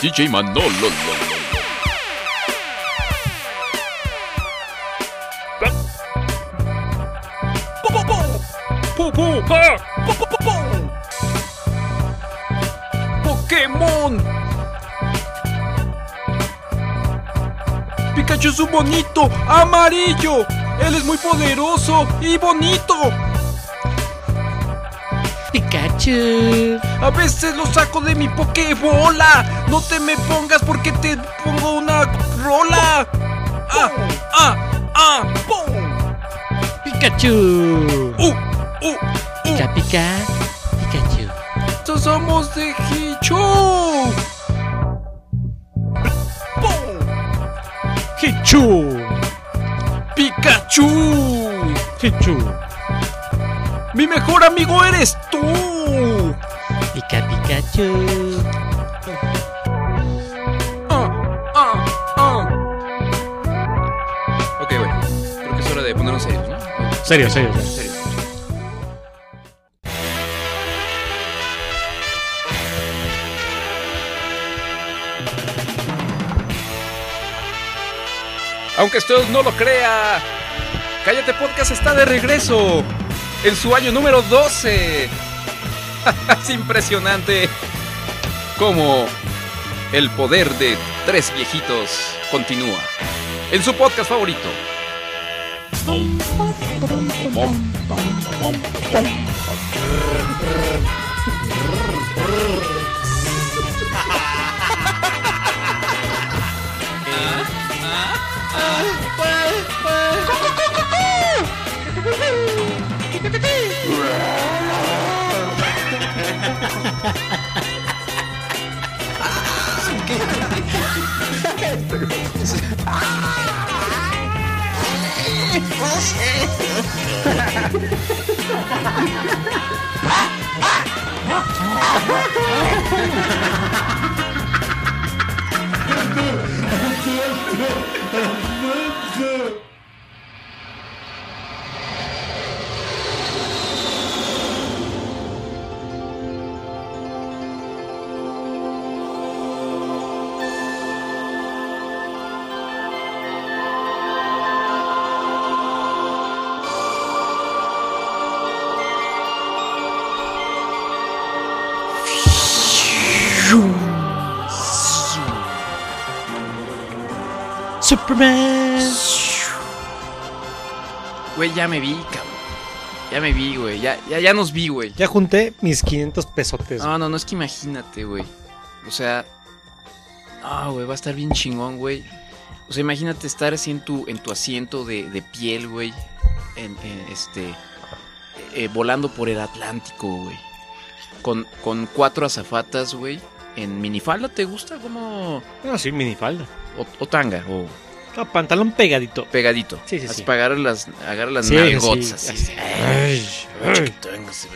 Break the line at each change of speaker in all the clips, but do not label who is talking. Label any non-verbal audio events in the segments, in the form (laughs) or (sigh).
DJ Manolo.
Pokémon. Pikachu es un bonito, amarillo. Él es muy poderoso y bonito.
Pikachu.
A veces lo saco de mi Pokébola. No te me pongas porque te pongo una rola. Ah, ah, ah, pum.
Pikachu.
Uh, uh, uh.
Pica, pica. Pikachu.
Nosotros somos de Hichu. ¡Pum!
Hichu.
Pikachu.
Hichu.
Mi mejor amigo eres tú.
Pica, Pikachu.
Ah, ah, ah.
Ok, bueno. Creo que es hora de ponernos serios, ¿no?
Serio, serio. serio.
Serios. Aunque usted no lo crea, Cállate Podcast está de regreso en su año número 12. (laughs) es impresionante cómo el poder de tres viejitos continúa en su podcast favorito.
Superman.
Güey, ya me vi, cabrón. Ya me vi, güey. Ya, ya, ya nos vi, güey.
Ya junté mis 500 pesotes.
No, no, no, es que imagínate, güey. O sea. Ah, güey, va a estar bien chingón, güey. O sea, imagínate estar así en tu, en tu asiento de, de piel, güey. En, en, este. eh, volando por el Atlántico, güey. Con, con cuatro azafatas, güey. En minifalda, ¿te gusta? Como.
No, sí, minifalda.
O, o tanga, o
No, pantalón pegadito.
pegadito.
Sí, sí,
Así
sí.
para agarrar las, agarrar las
Sí,
nalgotas,
sí.
así. Eh,
Ay, ay.
Chiquito, venga, se-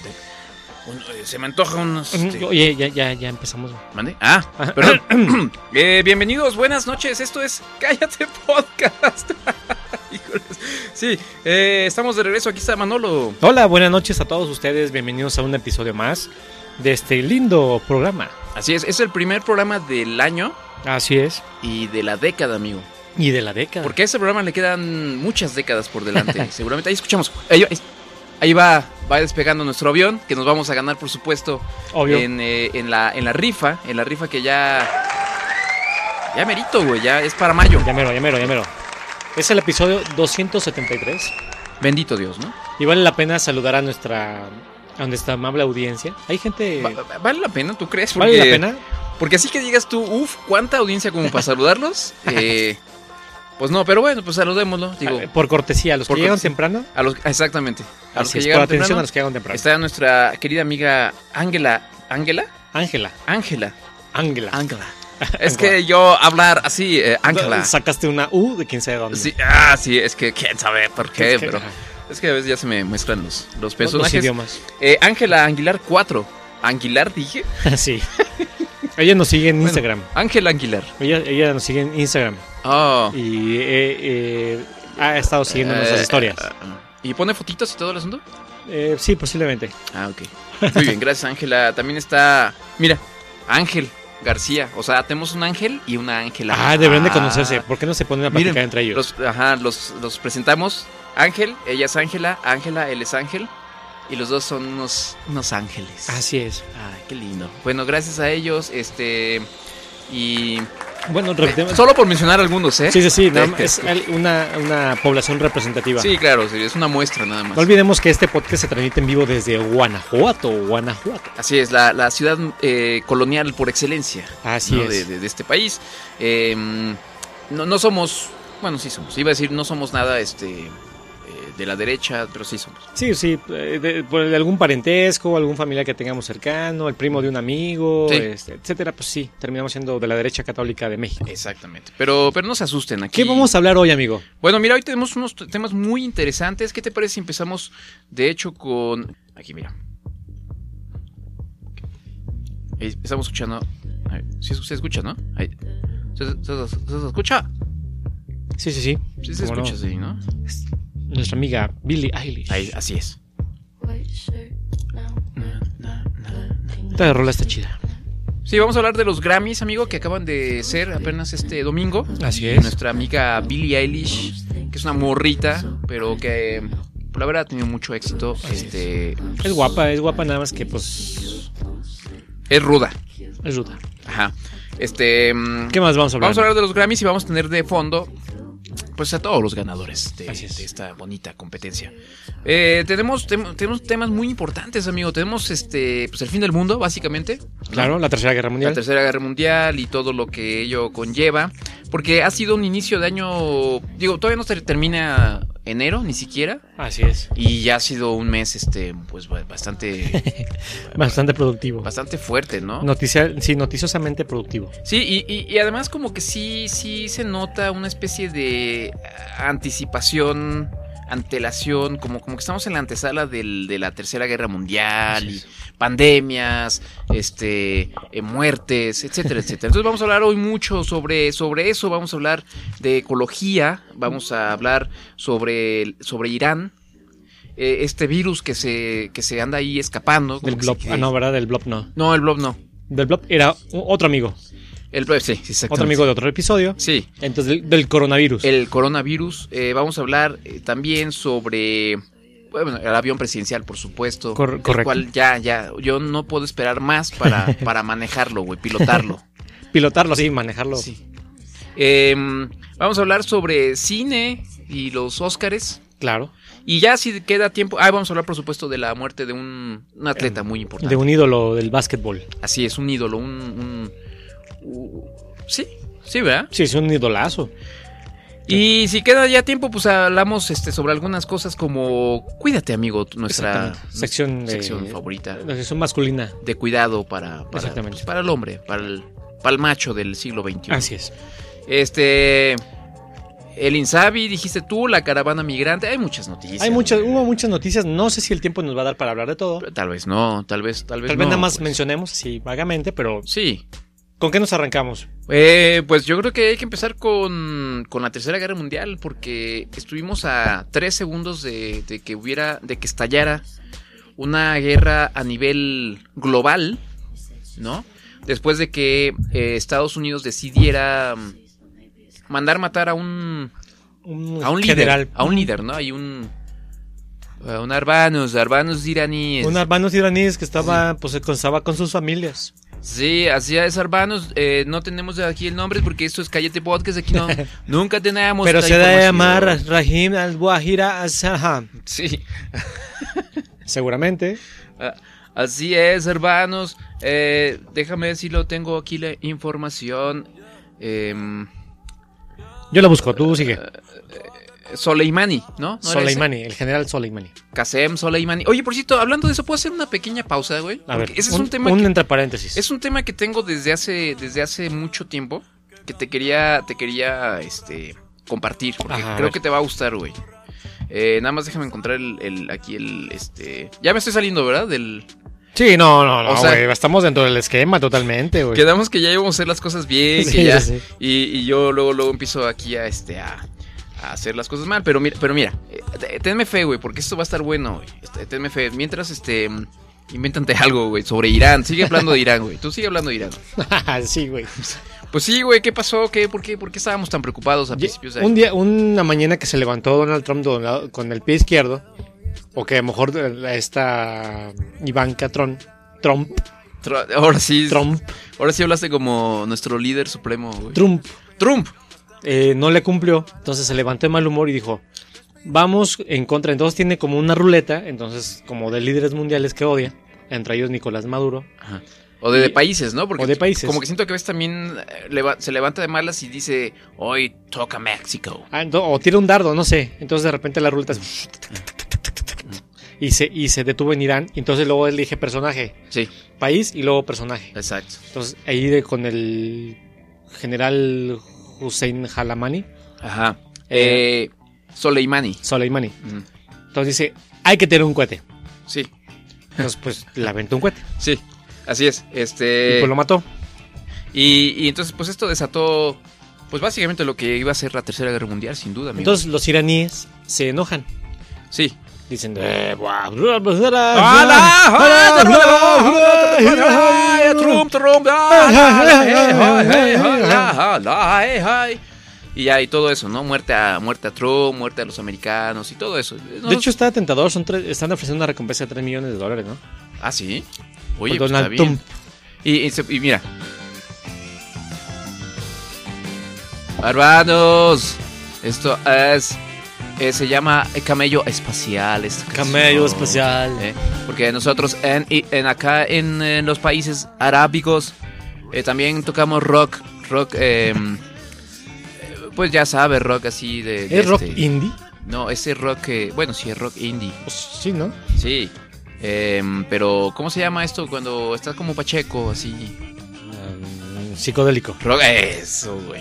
un- se me antoja unos. este,
Oye, ya, ya, ya empezamos. güey.
¿Mande? Ah, perdón. (clears throat) Eh, bienvenidos, buenas noches. Esto es Cállate Podcast. (laughs) Híjoles. sí, eh, estamos de regreso. Aquí está Manolo.
Hola, buenas noches a todos ustedes. Bienvenidos a un episodio más de este lindo programa.
Así es, es el primer programa del año
Así es.
y de la década, amigo.
Y de la década.
Porque a este programa le quedan muchas décadas por delante. Seguramente ahí escuchamos. Ahí, va- ahí va, va despegando nuestro avión, que nos vamos a ganar, por supuesto,
Obvio.
en, eh, en la, en la rifa. En la rifa que ya. Ya merito, güey. Ya es para mayo.
Llamero, llamero, llamero. Es el episodio 273.
Bendito Dios, ¿no?
Y vale la pena saludar a nuestra, a nuestra amable audiencia. Hay gente...
Va- va- ¿Vale la pena? ¿Tú crees?
Eh, ¿Vale la
Porque-
pena?
Porque así que digas tú, uff, cuánta audiencia como para
(laughs)
saludarlos. Eh, pues no, pero bueno, pues saludémoslo. Digo,
Ah, por cortesía, los que
por
llegan
cortesía.
temprano.
a los, exactamente. A los
Así
que
es, por
llegaron
atención
temprano,
a los que llegan temprano.
Está nuestra querida amiga Ángela. ¿Ángela?
Ángela,
Ángela.
Ángela.
Ángela. Es que yo hablar así, eh, Ángela.
Sacaste una U de quién sabe dónde.
Sí, ah, sí, es que quién sabe por qué,
Es que-
pero
ajá,
es que a veces ya se me mezclan los, los
los- los
personajes.
idiomas. (laughs)
Eh, Ángela Aguilar 4. ¿Anguilar dije?
sí. Ella nos sigue en Instagram.
Ángela Aguilar.
Ella, ella nos sigue en Instagram.
Oh.
Y eh, eh, ha estado siguiendo nuestras
Eh,
historias.
¿Y pone fotitos y todo el asunto?
Eh, sí, posiblemente.
Ah, ok. Muy bien, gracias Ángela. También está, mira, Ángel, García. O sea, tenemos un ángel y una ángela.
Ah, deberían de conocerse. ¿Por qué no se ponen a platicar
Miren,
entre ellos?
Los, ajá, los, los presentamos. Ángel, ella es Ángela, Ángela, él es Ángel. Y los dos son unos, unos ángeles.
Así es.
Ay, qué lindo. Bueno, gracias a ellos, este. Y.
Bueno, repitemos.
Solo por mencionar algunos, ¿eh?
Sí, sí, sí. nada más es al- una, una población representativa.
Sí, claro, sí, es una muestra nada más.
No olvidemos que este podcast se transmite en vivo desde Guanajuato, Guanajuato.
Así es, la, la ciudad eh, colonial por excelencia
Así
¿no?
es.
de, de- de este país. Eh, no, no somos, bueno, sí somos. Iba a decir, no somos nada este eh, de la derecha, pero sí somos.
Sí, sí, eh, de, por el- algún parentesco, algún familiar que tengamos cercano, el primo de un amigo,
Sí.
este, etcétera, pues sí, terminamos siendo de la derecha católica de México.
Exactamente. Pero, pero no se asusten aquí.
¿Qué vamos a hablar hoy, amigo?
Bueno, mira, hoy tenemos unos t- temas muy interesantes. ¿Qué te parece si empezamos, de hecho, con... Aquí, mira. Ahí Eh, Estamos escuchando... Ahí, Sí, se escucha, ¿no? Ahí. ¿Se, se- se- se- se escucha?
Sí, sí, sí.
Sí, se
¿Cómo no?
escucha, sí, ¿no?
Nuestra amiga Billie Eilish.
Ahí, así es.
Esta rola está chida.
Sí, vamos a hablar de los Grammys, amigo, que acaban de ser apenas este domingo.
Así
Y
es.
Nuestra amiga Billie Eilish, que es una morrita, pero que por la verdad ha tenido mucho éxito. Este,
Es guapa, es guapa nada más que pues
es ruda.
es ruda.
Ajá. Este, mm,
¿Qué más vamos a hablar?
vamos a hablar de los Grammys y vamos a tener de fondo pues a todos los ganadores de,
Así es.
de esta bonita competencia. Eh, tenemos, tem- tenemos temas muy importantes, amigo. Tenemos este pues el fin del mundo, básicamente.
Claro, la Tercera Guerra
la
Mundial.
Tercera Guerra Mundial y todo lo que ello conlleva, porque ha sido un inicio de año, digo, todavía no se termina enero ni siquiera
Así es.
y ya ha sido un mes este pues ba- bastante
Bastante productivo.
bastante fuerte, ¿no?
Noticia- sí, noticiosamente productivo.
Sí, y, y- y además como que sí sí se nota una especie de eh, anticipación antelación, como, como que estamos en la antesala del- de la Tercera Guerra Mundial
Así
y
es.
pandemias, este, eh, muertes, etcétera, etcétera. Entonces vamos a hablar hoy mucho sobre, sobre eso, vamos a hablar de ecología, vamos a hablar sobre, el- sobre Irán, eh, este virus que se, que se anda ahí escapando. como
Del
que
blob.
se-
Ah, no, ¿verdad? Del blob no.
No, el blob no.
Del blob era u- otro amigo.
El blob, sí, exactamente.
Otro amigo de otro episodio.
Sí,
Entonces, del, del coronavirus.
el coronavirus. eh, vamos a hablar eh, también sobre bueno, el avión presidencial, por supuesto.
Cor-
el
correcto.
cual ya, ya, yo no puedo esperar más
(laughs)
para, para manejarlo, güey, pilotarlo.
Pilotarlo, sí, manejarlo.
Sí. Eh, vamos a hablar sobre cine y los Óscares.
Claro.
Y ya si queda tiempo, ah, vamos a hablar por supuesto de la muerte de un, un atleta muy importante.
Eh, De un ídolo del básquetbol.
Así es, un ídolo, un, un- u- sí, sí, ¿verdad?
Sí, es un idolazo.
Y si queda ya tiempo, pues hablamos este, sobre algunas cosas como cuídate, amigo, tu- nuestra
Exactamente. Sección de-
sección favorita
La sección masculina.
de cuidado para, para,
Exactamente. Ah,
pues, para el hombre, para el, para el macho del siglo XXI.
Así es.
Este. El Insabi, dijiste tú, la caravana migrante. Hay muchas noticias.
Hay muchas, hubo muchas noticias. No sé si el tiempo nos va a dar para hablar de todo.
Pero Tal vez no, tal vez, tal vez
Tal vez
no,
nada más
pues.
mencionemos así vagamente, pero
Sí.
¿con qué nos arrancamos?
Eh, pues yo creo que hay que empezar con, con la Tercera Guerra Mundial, porque estuvimos a tres segundos de, de que hubiera, de que estallara una guerra a nivel global, ¿no? Después de que eh, Estados Unidos decidiera mm, mandar matar a un, a un líder,
general.
a un líder, ¿no? Hay un, a un Arbanos, Arbanos iraníes.
Un hermano iraníes que estaba, pues, que estaba con sus familias.
Sí, así es, Arbanos. Eh, no tenemos aquí el nombre porque esto es Cállate Podcast.
(laughs)
Aquí no, nunca tenemos.
Pero
esta
se debe
información.
llamar Rahim al-Wahira al
Sí,
Seguramente.
a- así es, Arbanos. Eh, déjame decirlo, tengo aquí la información. Em,
Yo la busco, tú sigue.
Soleimani, Eh, ¿no? ¿No era ese?
Soleimani, el general Soleimani.
Kasem Soleimani. Oye, por cierto, hablando de eso, ¿puedo hacer una pequeña pausa, güey?
A
Porque
ver,
ese es un tema
un
que-
entre paréntesis.
Es un tema que tengo desde hace, desde hace mucho tiempo. Que te quería, te quería este, compartir. Porque
Ajá, a
creo
ver.
que te va a gustar, güey. Eh, nada más déjame encontrar el, el- aquí el. Este. Ya me estoy saliendo, ¿verdad? Del.
Sí, no, no, no,
O
güey.
sea-
estamos dentro del esquema totalmente, güey.
Quedamos que ya íbamos a hacer las cosas
(laughs)
bien.
Pues Sí,
que ya-
sí, sí.
Y, y yo luego, luego empiezo aquí a este. a, a hacer las cosas mal. Pero mira, pero mira, eh, te- tenme fe, güey, porque esto va a estar bueno, güey. Este, Tenme fe. Mientras, este. mm, Invéntate algo, güey, sobre Irán. Sigue hablando de Irán, güey. Tú sigue hablando de Irán.
(laughs)
(laughs)
sí, güey.
Pues sí, güey, ¿qué pasó? ¿Qué? ¿Por qué? ¿Por qué estábamos tan preocupados a principios de
Un
año?
día, una mañana que se levantó Donald Trump de un lado- con el pie izquierdo, o que a lo mejor eh, esta Ivanka Trump, Trump,
Tr- Ahora sí,
Trump,
ahora sí hablaste como nuestro líder supremo, güey.
Trump,
Trump.
eh, no le cumplió. Entonces se levantó de mal humor y dijo, vamos en contra. Entonces tiene como una ruleta, entonces como de líderes mundiales que odia, entre ellos Nicolás Maduro.
Ajá. O de, de
Y-
países, ¿no? Porque
o de países.
Como que siento que a veces también eh, leva- se levanta de malas y dice, hoy toca México.
Ah, ento- o tira un dardo, no sé. Entonces de repente la ruleta es- Y se, y se detuvo en Irán. Y entonces luego elige personaje,
Sí,
país y luego personaje.
exacto.
Entonces ahí de, con el general Hussein Halamani,
Ajá. Eh, Soleimani.
Soleimani.
Mm,
Entonces dice, hay que tener un cohete.
Sí,
Entonces pues le aventó un cohete.
sí. Así es.
y
Este.
pues lo mató.
Y, y entonces, pues esto desató, pues básicamente lo que iba a ser la Tercera Guerra Mundial, sin duda, amigo.
Entonces los iraníes se enojan.
sí.
Dicen,
Eh,
"Eh, pues,
¡Ah, Y ya, y todo eso, ¿no? Muerte a, muerte a Trump, muerte a los americanos y todo eso.
De hecho está tentador, son tres- están ofreciendo una recompensa de 3 millones de dólares, ¿no?
Ah, sí. Oye,
Por
pues, está
Donald
bien.
Trump.
Y, y se- y mira. Hermanos, esto es. eh, se llama Camello Espacial. esta canción.
Camello Espacial.
Eh, porque nosotros en, y- en acá en, eh, los países arábicos eh, también tocamos rock. Rock. eh, eh, pues ya sabes, rock así de.
¿Es
de
rock
este-
indie?
No, ese rock. eh, bueno, sí, es rock indie.
Pues sí, ¿no?
Sí. Em, pero, ¿cómo se llama esto cuando estás como Pacheco, así?
Mm, psicodélico.
Rock, eso, güey.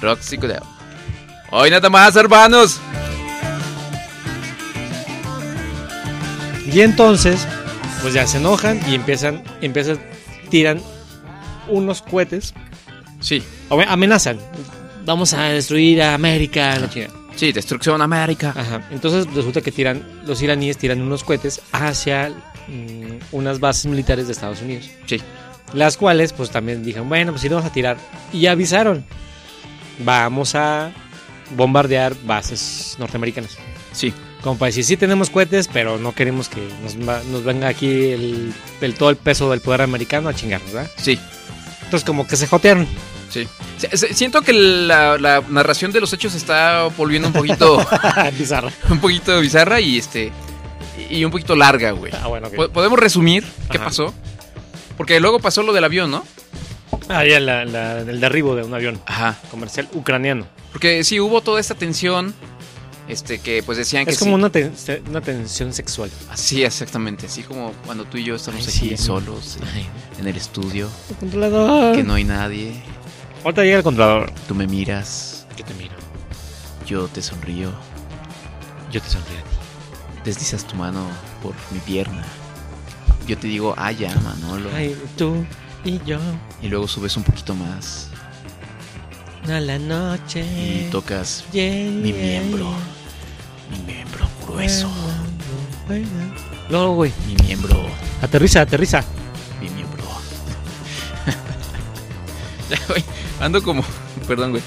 Rock psicodélico. Hoy nada más, hermanos.
Y entonces, pues ya se enojan y empiezan, empiezan, tiran unos cohetes,
Sí,
o bien, amenazan. Vamos a destruir a América, la chingada.
sí, destrucción América.
Ajá. Entonces resulta que tiran, los iraníes tiran unos cohetes hacia mm, unas bases militares de Estados Unidos.
Sí.
Las cuales, pues también dijeron, bueno, pues sí, vamos a tirar. Y avisaron, vamos a bombardear bases norteamericanas.
Sí,
Como para decir, sí tenemos cohetes, pero no queremos que nos, va- nos venga aquí el, el- todo el peso del poder americano a chingarnos, ¿verdad?
sí,
Entonces como que se jotearon. (laughs)
sí. Se- se- Siento que la, la narración de los hechos se está volviendo un
(laughs)
poquito,
Bizarro.
un poquito bizarra y este y un poquito larga, güey.
Ah, bueno, ok.
Po- Podemos resumir qué
Ajá.
pasó, porque luego pasó lo del avión, ¿no?
Ah, ya la- la- el derribo de un avión
Ajá.
comercial ucraniano.
Porque sí hubo toda esta tensión, este, que pues decían que
Es como
sí.
una, ten- una tensión sexual.
Así, exactamente. Así como cuando tú y yo estamos
Ay,
aquí
sí.
solos en el estudio,
controlador.
que no hay nadie.
Ahorita llega el controlador.
Tú me miras,
Yo te miro.
yo te sonrío,
Yo te sonrío a ti.
deslizas tu mano por mi pierna. Yo te digo, ah, ya, Manolo.
Ay, tú y yo
Y luego subes un poquito más
a la noche.
Eh.
y tocas
Yeah,
mi
yeah,
miembro.
yeah.
Mi miembro grueso.
Bueno, bueno.
No, güey.
Mi miembro.
Aterriza, aterriza.
Mi miembro. (laughs) Ya, güey, Ando como. (laughs) Perdón, güey.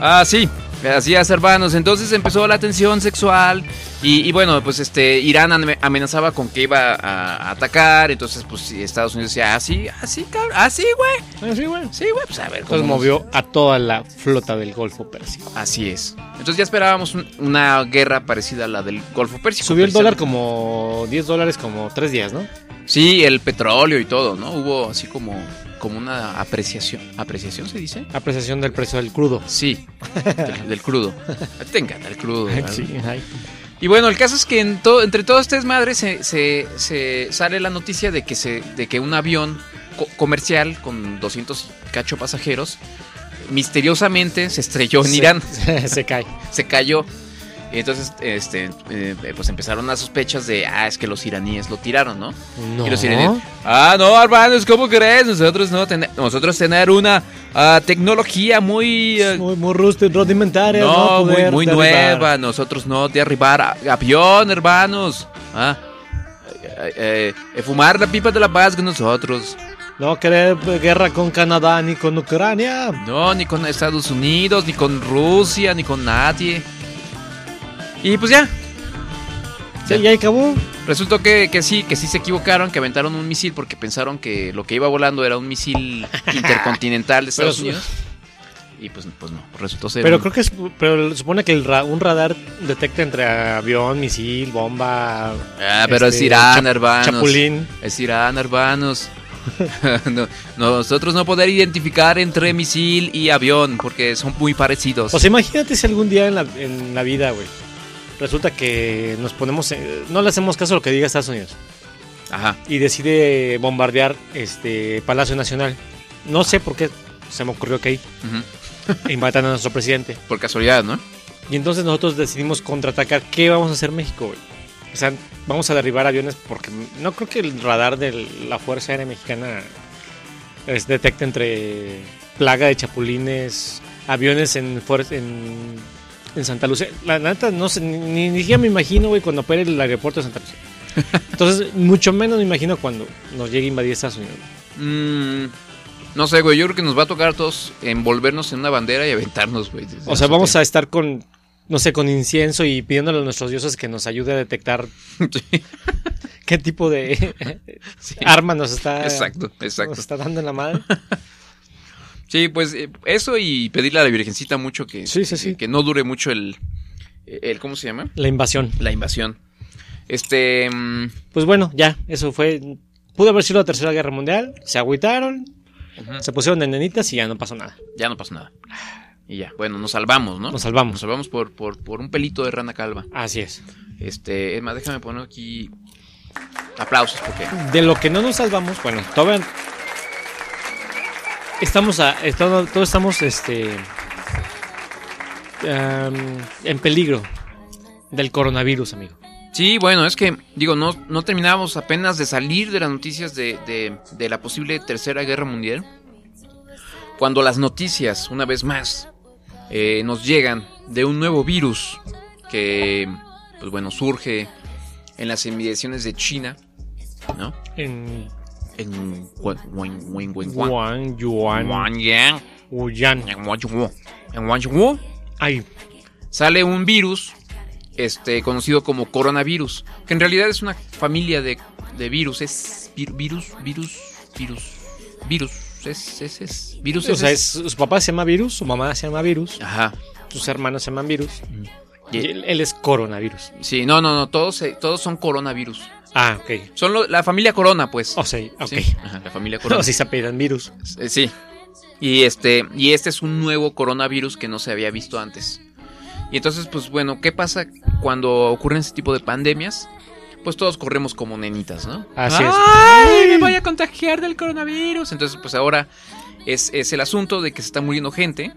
Ah, sí. Así es, hermanos. Entonces empezó la tensión sexual. Y, y bueno, pues este. Irán ame- amenazaba con que iba a, a atacar. Entonces, pues sí, Estados Unidos decía, ah, sí, así, cabrón. Así, güey.
Ah, Sí, güey.
Sí, güey. Pues a ver cómo.
Entonces
nos-
movió a toda la flota del Golfo Pérsico.
Así es. Entonces ya esperábamos un- una guerra parecida a la del Golfo Pérsico.
Subió el dólar
precisamente.
como 10 dólares como 3 días, ¿no?
Sí, el petróleo y todo, ¿no? Hubo así como. Como una apreciación. ¿Apreciación se dice?
Apreciación del precio del crudo. (laughs)
Sí, del, del crudo. A ti Te encanta el crudo. ¿verdad?
ay.
Y bueno, el caso es que en to- entre todas estas madres se, se- se sale la noticia de que, se, de que un avión co- comercial con 200 y cacho pasajeros misteriosamente se estrelló en
Se-
Irán,
(laughs) se cae.
se cayó. Y entonces, este, eh, pues empezaron las sospechas de, ah, es que los iraníes lo tiraron, ¿no?
No.
Y los iraníes, ah, no, hermanos, ¿cómo crees? Nosotros no tener, nosotros tener una ah, tecnología muy eh,
Muy, muy rústico, rudimentaria.
no, muy,
Poder
muy
derribar.
nueva. Nosotros no derribar a- avión, hermanos. Ah, eh, eh, fumar la pipa de la paz con nosotros.
No querer guerra con Canadá ni con Ucrania.
No, ni con Estados Unidos, ni con Rusia, ni con nadie. Y pues ya,
Sí, ya acabó.
Resultó que, que sí, que sí se equivocaron, que aventaron un misil porque pensaron que lo que iba volando era un misil intercontinental de Estados
Pero
Unidos. Y pues, pues no, resultó ser.
Pero
un-
creo que es, pero supone que el ra- un radar detecta entre avión, misil, bomba,
Ah, pero es
este,
Irán,
chap-
hermanos.
chapulín.
Es Irán,
(laughs)
hermanos. (laughs) No, nosotros no poder identificar entre misil y avión porque son muy parecidos.
O sea, imagínate si algún día en la, en la vida, güey, resulta que nos ponemos, eh, no le hacemos caso a lo que diga Estados Unidos
Ajá.
y decide bombardear este Palacio Nacional. No sé por qué se me ocurrió que ahí
ujú.
y matan a nuestro presidente.
Por casualidad, ¿no?
Y entonces nosotros decidimos contraatacar. ¿Qué vamos a hacer México, güey? O sea, vamos a derribar aviones porque no creo que el radar de la Fuerza Aérea Mexicana es, detecte entre plaga de chapulines, aviones en, fuer- en, en Santa Lucía. La neta, no sé, ni, ni, ni siquiera me imagino, güey, cuando opere el aeropuerto de Santa Lucía. Entonces, mucho menos me imagino cuando nos llegue a invadir Estados Unidos.
Mm, no sé, güey. Yo creo que nos va a tocar a todos envolvernos en una bandera y aventarnos, güey. desde
O sea, vamos
azotea.
a estar con, no sé, con incienso y pidiéndole a nuestros dioses que nos ayude a detectar
(laughs) Sí,
qué tipo de
(laughs) sí.
arma nos está,
Exacto,
nos
exacto.
está dando en la madre.
Sí, pues eh, eso y pedirle a la Virgencita mucho que, este,
Sí, sí, sí.
que no dure mucho el, el. ¿Cómo se llama?
La invasión.
La invasión. Este. mm,
Pues bueno, ya, eso fue. Pudo haber sido la Tercera Guerra Mundial, se agüitaron,
Ujú.
se pusieron de nenitas y ya no pasó nada.
Ya no pasó nada. Y ya, bueno, nos salvamos, ¿no?
Nos
Nos
salvamos.
salvamos por, por, por un pelito de rana calva.
Así es.
Este, es más, déjame poner aquí aplausos porque
De lo que no nos salvamos, bueno, todavía estamos a, estado- todos estamos este em, en peligro del coronavirus, amigo.
Sí, bueno, es que, digo, no, no terminábamos apenas de salir de las noticias de, de- de la posible Tercera Guerra Mundial. Cuando las noticias, una vez más, eh, nos llegan de un nuevo virus que, pues bueno, surge en las inmediaciones de China, ¿no?
En
En Wen- Wen- Wen- Wen- Wen-
Wuhan, Yuan,
Wanyang,
Wuhan.
en Wanyuo, en Wanyuo,
Ay, pues,
sale un virus este, conocido como coronavirus, que en realidad es una familia de, de virus, es vir- virus, virus, virus, virus, es, es, es, virus,
O sea, Pues es- su papá se llama virus, su mamá se llama virus,
Ajá.
sus hermanos se llaman virus.
Y-
Y él, él es coronavirus.
Sí, no, no, no, todos, se- todos son coronavirus.
Ah, ok.
Son lo- la familia corona, pues.
O sea, ok. (laughs)
Sí, ajá, la familia corona.
No, si se apellidan virus.
Eh, Sí. Y este, y este es un nuevo coronavirus que no se había visto antes. Y entonces, pues bueno, ¿qué pasa cuando ocurren ese tipo de pandemias? Pues todos corremos como nenitas, ¿no?
Así es.
¡Ay! Me voy a contagiar del coronavirus. Entonces, pues ahora es, es el asunto de que se está muriendo gente.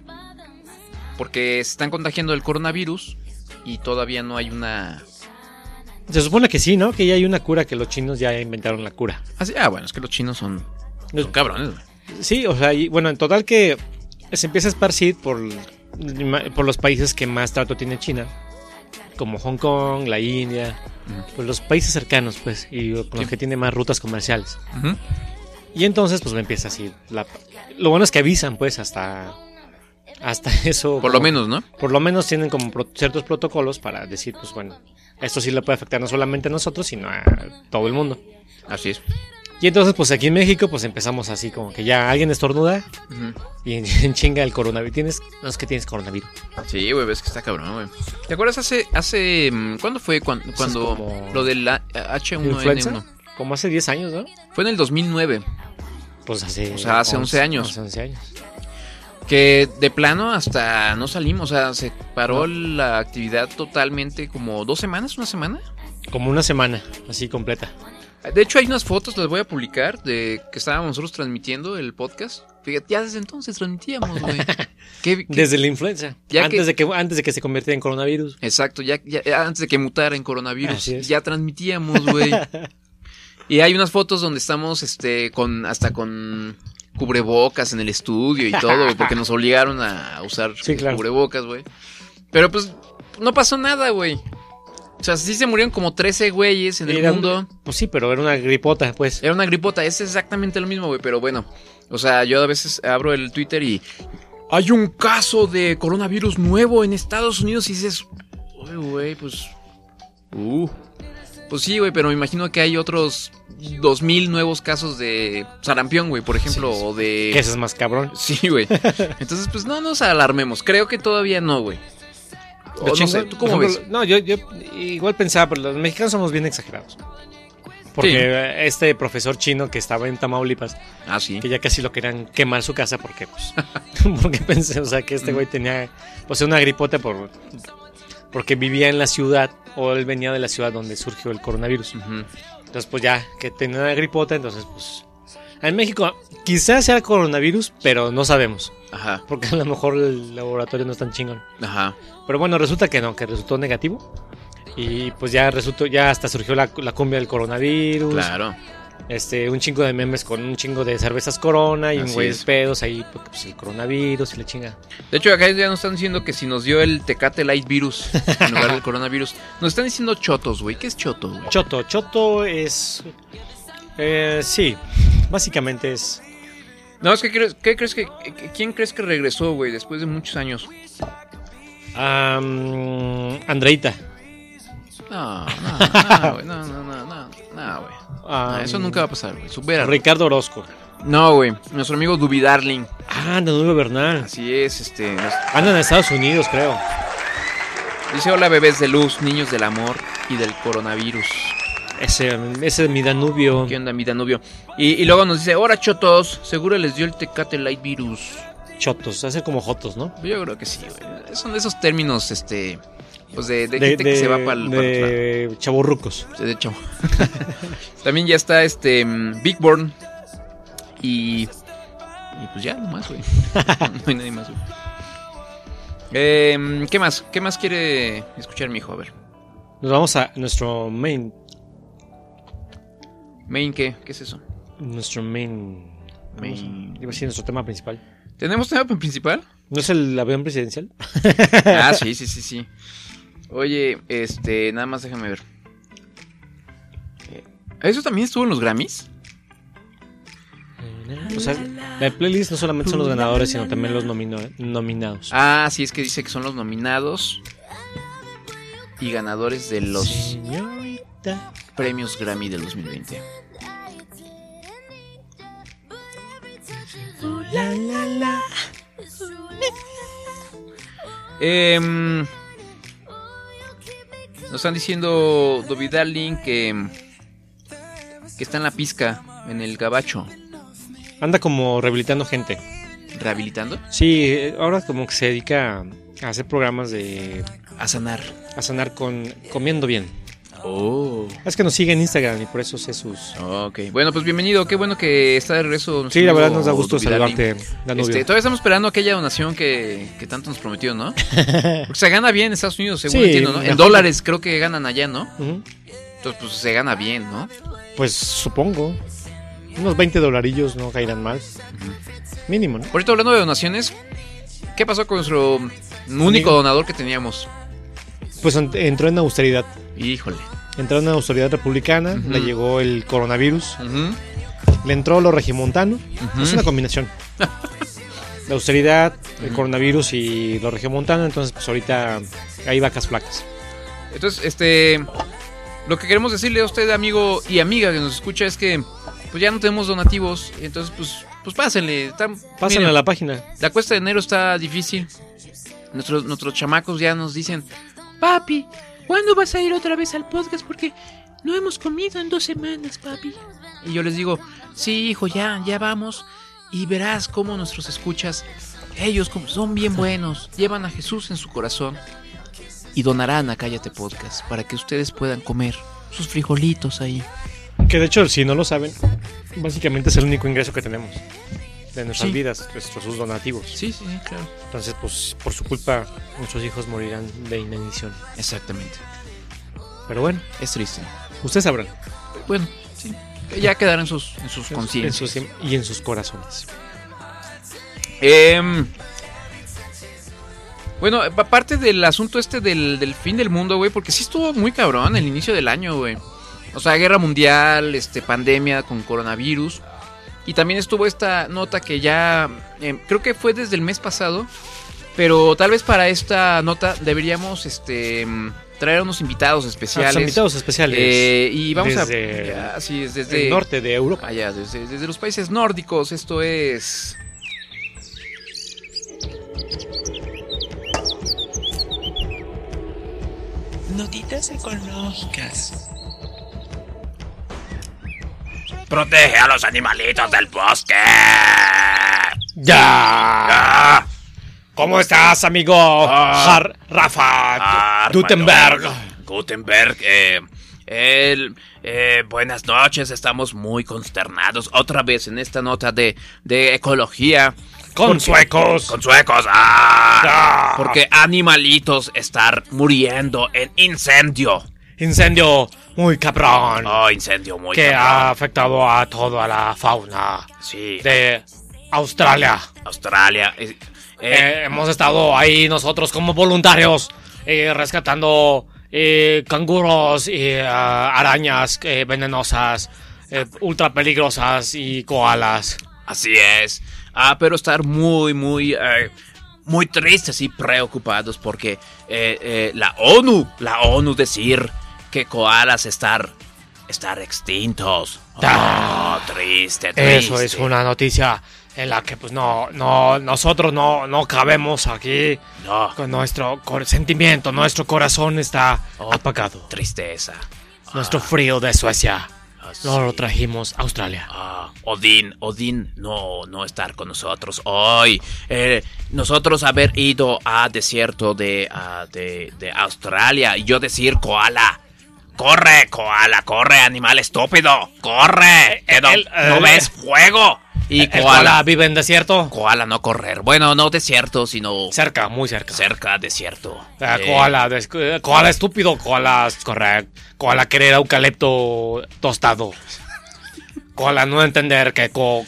Porque se están contagiando del coronavirus. Y todavía no hay una.
Se supone que sí, ¿no? Que ya hay una cura, que los chinos ya inventaron la cura.
Ah, sí, ah, bueno, es que los chinos son. Son cabrones. güey.
Sí, o sea, y, bueno, en total que se empieza a esparcir por, por los países que más trato tiene China, como Hong Kong, la India,
Ujú.
pues los países cercanos, pues, y con
Sí.
los que tiene más rutas comerciales.
Ujú.
Y entonces, pues me empieza así. la- lo bueno es que avisan, pues, hasta, hasta (laughs) eso.
Por lo
como-
menos, ¿no?
Por lo menos tienen como pro- ciertos protocolos para decir, pues bueno, esto sí le puede afectar no solamente a nosotros, sino a todo el mundo.
Así es.
Y entonces, pues aquí en México, pues empezamos así, como que ya alguien estornuda
Ujú.
y (laughs) en chinga el coronavirus. Tienes, no es que tienes coronavirus.
Sí, güey, ves que está cabrón, güey. ¿Te acuerdas hace, hace, mm, cuándo fue cuan-
es
cuando,
como-
lo del a- H1N1?
¿Influenza? Como hace 10 años, ¿no?
Fue en el 2009,
Pues hace.
O sea, hace 11 años.
Hace 11 años.
que de plano hasta no salimos, o sea, se paró la actividad totalmente como dos semanas, una semana.
Como una semana, así completa.
De hecho, hay unas fotos, las voy a publicar, de que estábamos nosotros transmitiendo el podcast. Fíjate, ya desde entonces transmitíamos,
(laughs)
güey. Qué- qué-
Desde la influenza.
Ya
antes,
que-
de que, antes de que se convirtiera en coronavirus.
Exacto, ya, ya- eh, antes de que mutara en coronavirus,
Así es.
ya transmitíamos,
(laughs)
güey. y hay unas fotos donde estamos este con hasta con cubrebocas en el estudio y todo, güey, porque nos obligaron a usar eh,
Sí, claro.
cubrebocas, güey. Pero pues no pasó nada, güey. O sea, sí se murieron como 13 güeyes en el
Era-
mundo.
Pues sí, pero era una gripota, pues.
Era una gripota, es exactamente lo mismo, güey, pero bueno. O sea, yo a veces abro el Twitter y hay un caso de coronavirus nuevo en Estados Unidos y dices, "Uy, güey, pues... Uh. Pues sí, güey, pero me imagino que hay otros 2.000 nuevos casos de sarampión, güey, por ejemplo, o de...
Que ese es más cabrón.
Sí, güey. Entonces, pues no nos alarmemos. Creo que todavía no, güey. O
Lo
no
chingo-
sé, ¿tú cómo
por
ves?
ejemplo, No, yo, yo igual pensaba, pero los mexicanos somos bien exagerados. Porque
Sí.
eh, este profesor chino que estaba en Tamaulipas,
Ah, sí.
(laughs) que ya casi lo querían quemar su casa porque pues (laughs) porque pensé o sea que este güey tenía o sea una gripota por porque vivía en la ciudad o él venía de la ciudad donde surgió el coronavirus
Ujú.
entonces pues ya que tenía una gripota entonces pues en México quizás sea coronavirus pero no sabemos
Ajá,
porque a lo mejor el laboratorio no es tan chingón
ajá.
pero bueno resulta que no que resultó negativo y pues ya resultó ya hasta surgió la, la cumbia del coronavirus
Claro.
este, un chingo de memes con un chingo de cervezas corona y un
Así
güey
es.
pedos ahí, porque pues, el coronavirus y la chinga.
De hecho, acá ya nos están diciendo que si nos dio el Tecate Light Virus en lugar del coronavirus. Nos están diciendo chotos, güey. ¿Qué es choto, güey?
Choto, choto es. eh, sí, básicamente es.
No, es que crees, ¿qué crees que, que- ¿quién crees que regresó, güey, después de muchos años?
am, Andreita.
No, no, no, güey. No, no, no, no, no, güey. No,
am,
Ah, eso nunca va a pasar, güey. Supera.
Ricardo Orozco.
No, güey. Nuestro amigo Duby Darling.
Ah, Danubio Bernal.
Así es, este. nos-
Andan en Estados Unidos, creo.
dice: Hola, bebés de luz, niños del amor y del coronavirus.
Ese, ese es mi Danubio.
¿Qué onda, mi Danubio? Y, y luego nos dice: Hola, chotos. Seguro les dio el Tecate Light Virus.
Chotos, hace como Jotos, ¿no?
Yo creo que sí, güey. Son de esos términos, este. Pues de, de gente que se va para el. De,
de chavorrucos.
de hecho. (laughs) También ya está este. mm, Big Born. Y. Y pues ya, nomás, güey. (laughs) No hay nadie más, güey. Em, ¿Qué más? ¿Qué más quiere escuchar mi hijo? A ver.
Nos vamos a nuestro main.
Main, ¿qué? ¿Qué es eso?
Nuestro main.
Main.
Iba a decir nuestro tema principal.
¿Tenemos tema (laughs) principal?
¿No es el avión presidencial?
Ah, sí, sí, sí, sí. Oye, este, nada más déjame ver. Eh, ¿Eso también estuvo en los Grammys?
O sea, la playlist no solamente son los ganadores, sino también los nomino- nominados.
Ah, sí, es que dice que son los nominados y ganadores de los
Señorita.
premios Grammy del 2020.
La, la, la.
Em,
Oh,
nos están diciendo Dobby Darling que, que está en la pizca, en el gabacho,
Anda como rehabilitando gente.
rehabilitando
Sí, eh, ahora como que se dedica a hacer programas de
a sanar.
a sanar con comiendo bien.
Oh,
Es que nos sigue en Instagram y por eso sé sus.
ok. Bueno, pues bienvenido, qué bueno que está de regreso. nuestro
Sí, la
amigo
verdad nos da gusto
Dobby Darling.
saludarte, Danubio.
Este, todavía estamos esperando aquella donación que, que tanto nos prometió,
(laughs)
¿no? Porque se gana bien en Estados Unidos, según
Sí,
entiendo, ¿no? En
mejor.
dólares creo que ganan allá, ¿no?
Ujú.
Entonces, pues se gana bien, ¿no?
Pues supongo. Unos 20 dolarillos no caerán mal. Mínimo, ¿no?
Por cierto, hablando de donaciones, ¿qué pasó con nuestro único donador que teníamos?
Pues ent- entró en austeridad.
Híjole.
Entró en austeridad republicana.
Ujú.
Le llegó el coronavirus.
Ujú,
Le entró lo regimontano.
ujú.
Es
(laughs)
una combinación. La austeridad, el
Ujú.
coronavirus y lo regiomontano. Entonces, pues ahorita hay vacas flacas.
Entonces, este. Lo que queremos decirle a usted, amigo y amiga que nos escucha, es que pues ya no tenemos donativos. Entonces, pues, pues pásenle. Están,
Pásenle
miren,
a la página.
La cuesta de enero está difícil. Nuestros, nuestros chamacos ya nos dicen, papi, ¿cuándo vas a ir otra vez al podcast? Porque no hemos comido en dos semanas, papi. Y yo les digo, sí, hijo, ya, ya vamos. Y verás cómo nuestros escuchas, ellos como son bien buenos, llevan a Jesús en su corazón y donarán a Cállate Podcast para que ustedes puedan comer sus frijolitos ahí.
Que de hecho, si no lo saben, básicamente es el único ingreso que tenemos de nuestras
Sí.
vidas, nuestros sus donativos.
Sí, sí, sí, claro.
Entonces, pues por su culpa, nuestros hijos morirán de inanición.
Exactamente.
Pero bueno,
Es triste.
ustedes sabrán.
Bueno, sí. Ya quedarán en sus, en sus
En
conciencias.
sus- y en sus corazones.
Em, Bueno, aparte del asunto este del, del fin del mundo, güey, porque sí estuvo muy cabrón el inicio del año, güey. O sea, guerra mundial, este, pandemia con coronavirus. Y también estuvo esta nota que ya, eh, creo que fue desde el mes pasado, pero tal vez para esta nota deberíamos este, mm, traer unos invitados especiales.
Los invitados especiales.
Eh, este y vamos
Desde-
a... Así es, desde...
del norte de Europa.
Allá, desde, desde los países nórdicos, esto es...
Notitas ecológicas.
Protege a los animalitos del bosque.
¡Ya! ¿Cómo estás, amigo?
Ah.
Har- Rafa
Ah,
Gutenberg.
hermano, Gutenberg, eh, el- eh, buenas noches, estamos muy consternados otra vez en esta nota de, de ecología.
Con suecos.
Con suecos, ah,
Ah.
porque animalitos están muriendo en incendio.
Incendio muy cabrón
Oh, incendio muy
que
cabrón.
ha afectado a toda la fauna
Sí,
de Australia.
Australia. eh, eh,
Eh, hemos estado ahí nosotros como voluntarios eh, rescatando eh, canguros y eh, arañas eh, venenosas, eh, ultra peligrosas y koalas.
Así es. Ah, pero estar muy, muy, eh, muy tristes y preocupados porque eh, eh, la ONU, la ONU decir que koalas estar, estar extintos. Oh,
Ah.
triste, triste.
Eso es una noticia en la que pues no, no, nosotros no, no cabemos aquí.
No,
Con nuestro cor- sentimiento, nuestro corazón está
Oh.
apagado.
tristeza.
Nuestro frío de Suecia
Ah, sí.
no lo trajimos a Australia.
Ah, Odín, Odín, no, no estar con nosotros hoy. Eh, nosotros haber ido a desierto de, ah, de, de Australia y yo decir koala. Corre, koala, corre, animal estúpido. Corre. que no,
Eh, el-
no
el- eh,
ves fuego. Y
¿El koala
koala,
vive en desierto?
koala no correr. Bueno, no desierto, sino
Cerca, muy cerca.
cerca desierto.
Ah,
Eh,
koala, des- eh, koala estúpido, koala correcto. Koala querer eucalipto
(laughs)
tostado. Koala no entender que, co-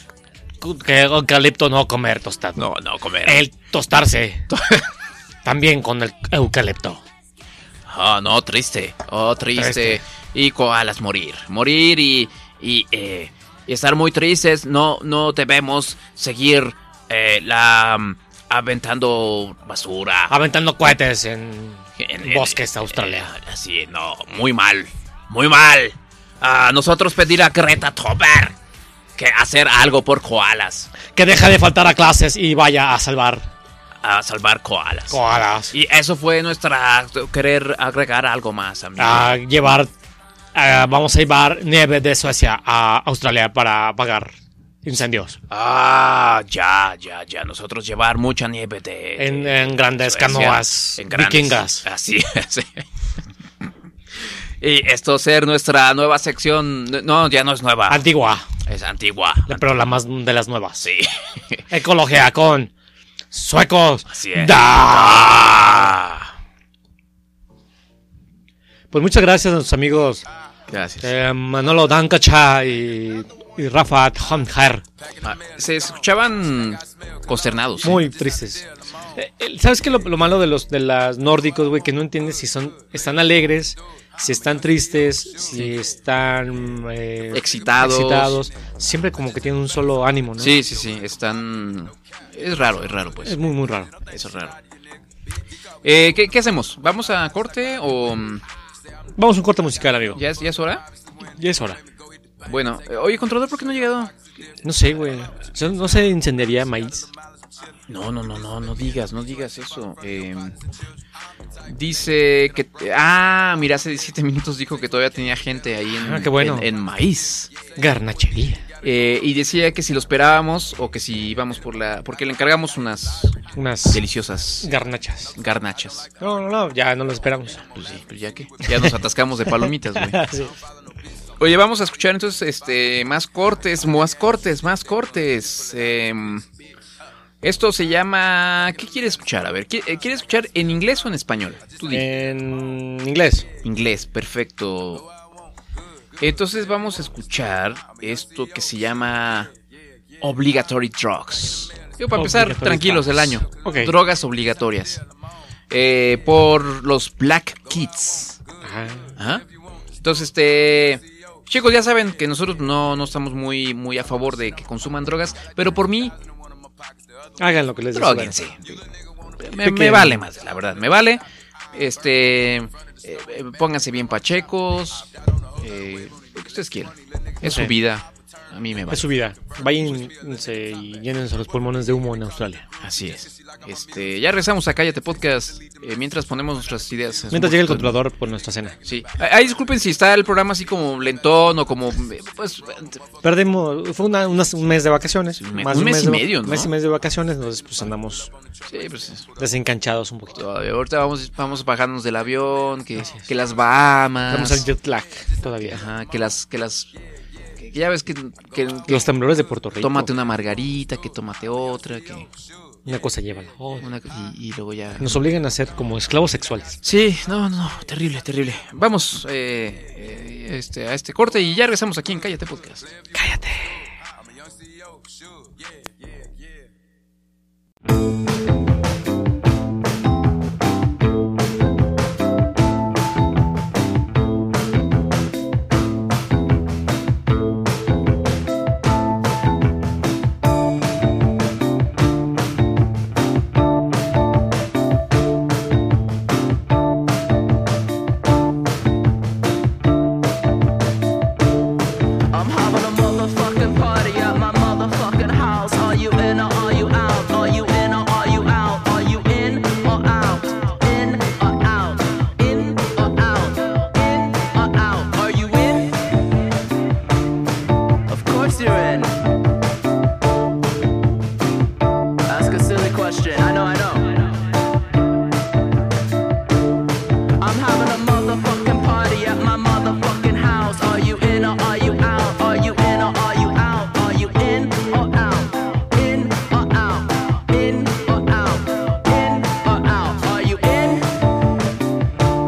que eucalipto no comer tostado.
No, no comer.
El
(laughs)
tostarse. También con el eucalipto.
Oh, no, triste. Oh, triste.
Triste.
Y koalas morir. Morir y, y, eh, y estar muy tristes. No, no debemos seguir eh, la mm, aventando basura.
Aventando cohetes en,
En- en-
bosques
eh,
de Australia.
eh, sí, no, muy mal. Muy mal. A nosotros pedir a Greta Thunberg que hacer algo por koalas.
que deja de faltar a clases y vaya a salvar
A salvar koalas.
koalas.
y eso fue nuestra querer agregar algo más, amigo.
A llevar. a- vamos a llevar nieve de Suecia a Australia para apagar incendios.
Ah, ya, ya, ya. Nosotros llevar mucha nieve de. de
En, en grandes
Suecia,
canoas
en grandes-
vikingas.
Así
(laughs)
es. y esto ser nuestra nueva sección. No, ya no es nueva.
Antigua,
es antigua.
pero la más de las nuevas.
Ah.
(laughs)
Sí.
Ecología con suecos.
Así es.
Da.
Ah,
Pues muchas gracias a nuestros amigos
Gracias.
eh, Manolo Dancacha y, y Rafa Homher.
Ah, se escuchaban consternados. ¿eh?
Muy tristes. Eh, eh, ¿Sabes qué? Lo, lo malo de los de las nórdicos, güey, que no entiendes si son están alegres, si están tristes, si están eh,
Excitados.
excitados. Siempre como que tienen un solo ánimo, ¿no?
Sí, sí, sí, están... Es raro, es raro, pues.
Es muy, muy raro.
Eso es raro. Eh, ¿qué, qué hacemos? ¿Vamos a corte o mm,
Vamos a un corte musical, amigo. Ya,
ya es, ya es hora?
es hora.
Bueno, eh, oye, controlador, ¿por qué no ha llegado?
No sé, güey. Yo No se incendiaría maíz.
No, no, no, no, no digas, no digas eso. Eh, dice que... Ah, mira, hace 17 minutos dijo que todavía tenía gente ahí en,
Ah, qué bueno.
en, en maíz.
Garnachería.
Eh, y decía que si lo esperábamos o que si íbamos por la... Porque le encargamos unas
Unas
deliciosas
garnachas.
garnachas.
No, no, no, ya no
(laughs)
lo esperamos.
Pues sí, pues ya que ya nos atascamos de palomitas, güey.
Sí.
Oye, vamos a escuchar entonces este más cortes, más cortes, más cortes. Em, esto se llama ¿Qué quiere escuchar? A ver, ¿qui- eh, ¿quiere escuchar en inglés o en español? Tú di.
En inglés.
Inglés, perfecto. Entonces vamos a escuchar esto que se llama Obligatory Drugs. Yo para empezar
Obligatory
tranquilos del
drugs.
año.
Ok.
Drogas obligatorias. eh, por los Black Kids.
Ah,
Ajá. Entonces, este. Chicos, ya saben que nosotros no, no estamos muy, muy a favor de que consuman drogas, pero por mí,
hagan lo que les dé su gana.
droguense. Me, me vale más, la verdad, me vale. Este. eh, eh, pónganse bien pachecos. eh, lo que ustedes quieran. Es su
Sí.
vida. A mí me vale.
Es su vida. Váyanse y llénense los pulmones de humo en Australia.
Así es. Este, ya regresamos a Cállate Podcast eh, mientras ponemos nuestras ideas. en su
Mientras llega el
momento.
controlador por nuestra cena.
Sí. Ahí disculpen si está el programa así como lentón o como. eh, Pues.
Perdimos, fue una- unas- un mes de vacaciones.
Un me-
más de
un mes y
de va-
medio, ¿no?
mes y medio de vacaciones, entonces pues andamos
Sí, pues.
desencanchados un poquito.
Todavía. Ahorita vamos, vamos bajándonos del avión, que, que las Bahamas.
Vamos al jet lag todavía.
Ajá, que las. Que las que ya ves que, que- que
Los temblores de Puerto Rico.
tómate una margarita, que tómate otra, que.
Una cosa lleva a la otra.
una- y, y luego ya.
Nos obligan a ser como esclavos sexuales.
Sí, no, no, terrible, terrible. Vamos eh, eh, este, a este corte y ya regresamos aquí en Cállate Podcast.
I'm having a motherfucking party at my motherfucking house. Are you in or are you out? Are you in or are you out? Are you in or out? In or out? In or out? In or out? Are you in? Of course you're in. Ask a silly question. I know, I know. I'm having a motherfucking party at my motherfucking house. Are you in or are you out? Are you in or are you out? Are you in or out? In or out? In or out? In or out? Are you in?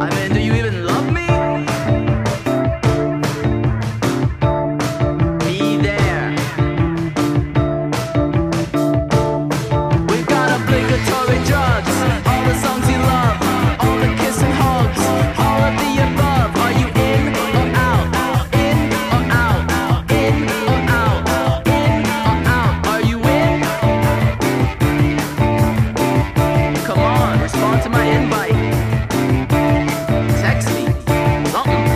I mean, do you even love me? Be there. We got obligatory drugs, all the songs you love, all the kiss and hugs, all of the above. Are you in or out? In or out? In or out? In or out? Are you in? Come on, respond to my invite. Text me, something.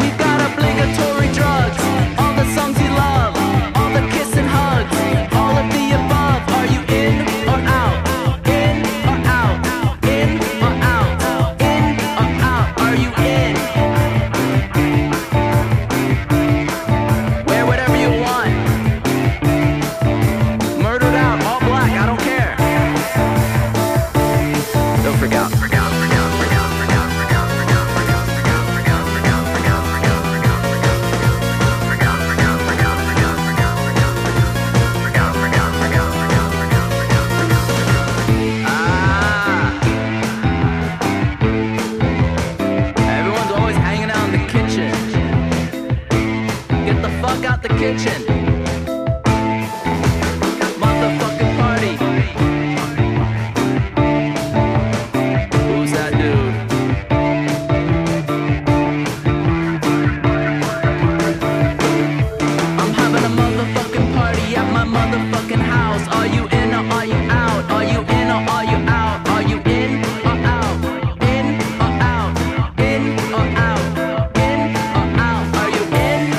We got obligatory drugs, all the songs you love, all the kiss and hugs, all of the above. Are you in or out? In or out? In or out? In or out? Are you in? Wear whatever you want. Murdered out, all black, I don't care. Don't forget, forget, forget, forget, forget, forget, forget, forget, forget, forget, forget, forget, forget, forget, forget. Ah. Everyone's always hanging out in the kitchen. Get the fuck out the kitchen. Motherfucking party. Who's that dude? I'm having a motherfucking party at my motherfucking house. Are you in or are you out? Are you in or are you out? Are you in or out? In or out? In or out? In or out? Are you in?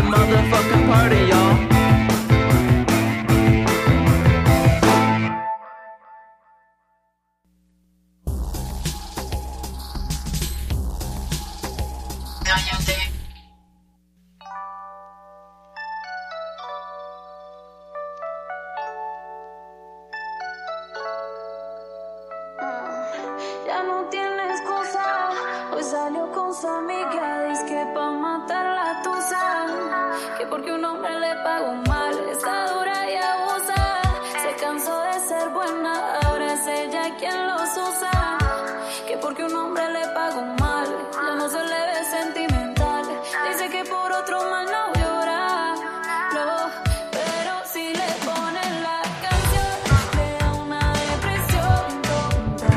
party, y'all.
Ya no tiene excusa. Hoy salió con su amiga. Dice que pa' matar la tusa. Que porque un hombre le pagó mal. Está dura y abusa. Se cansó de ser buena. Ahora es ella quien los usa. Que porque un hombre le pagó mal. Ya no se le ve sentimental. Dice que por otro mal no llora. No, pero si le ponen la canción, le da una depresión tonta.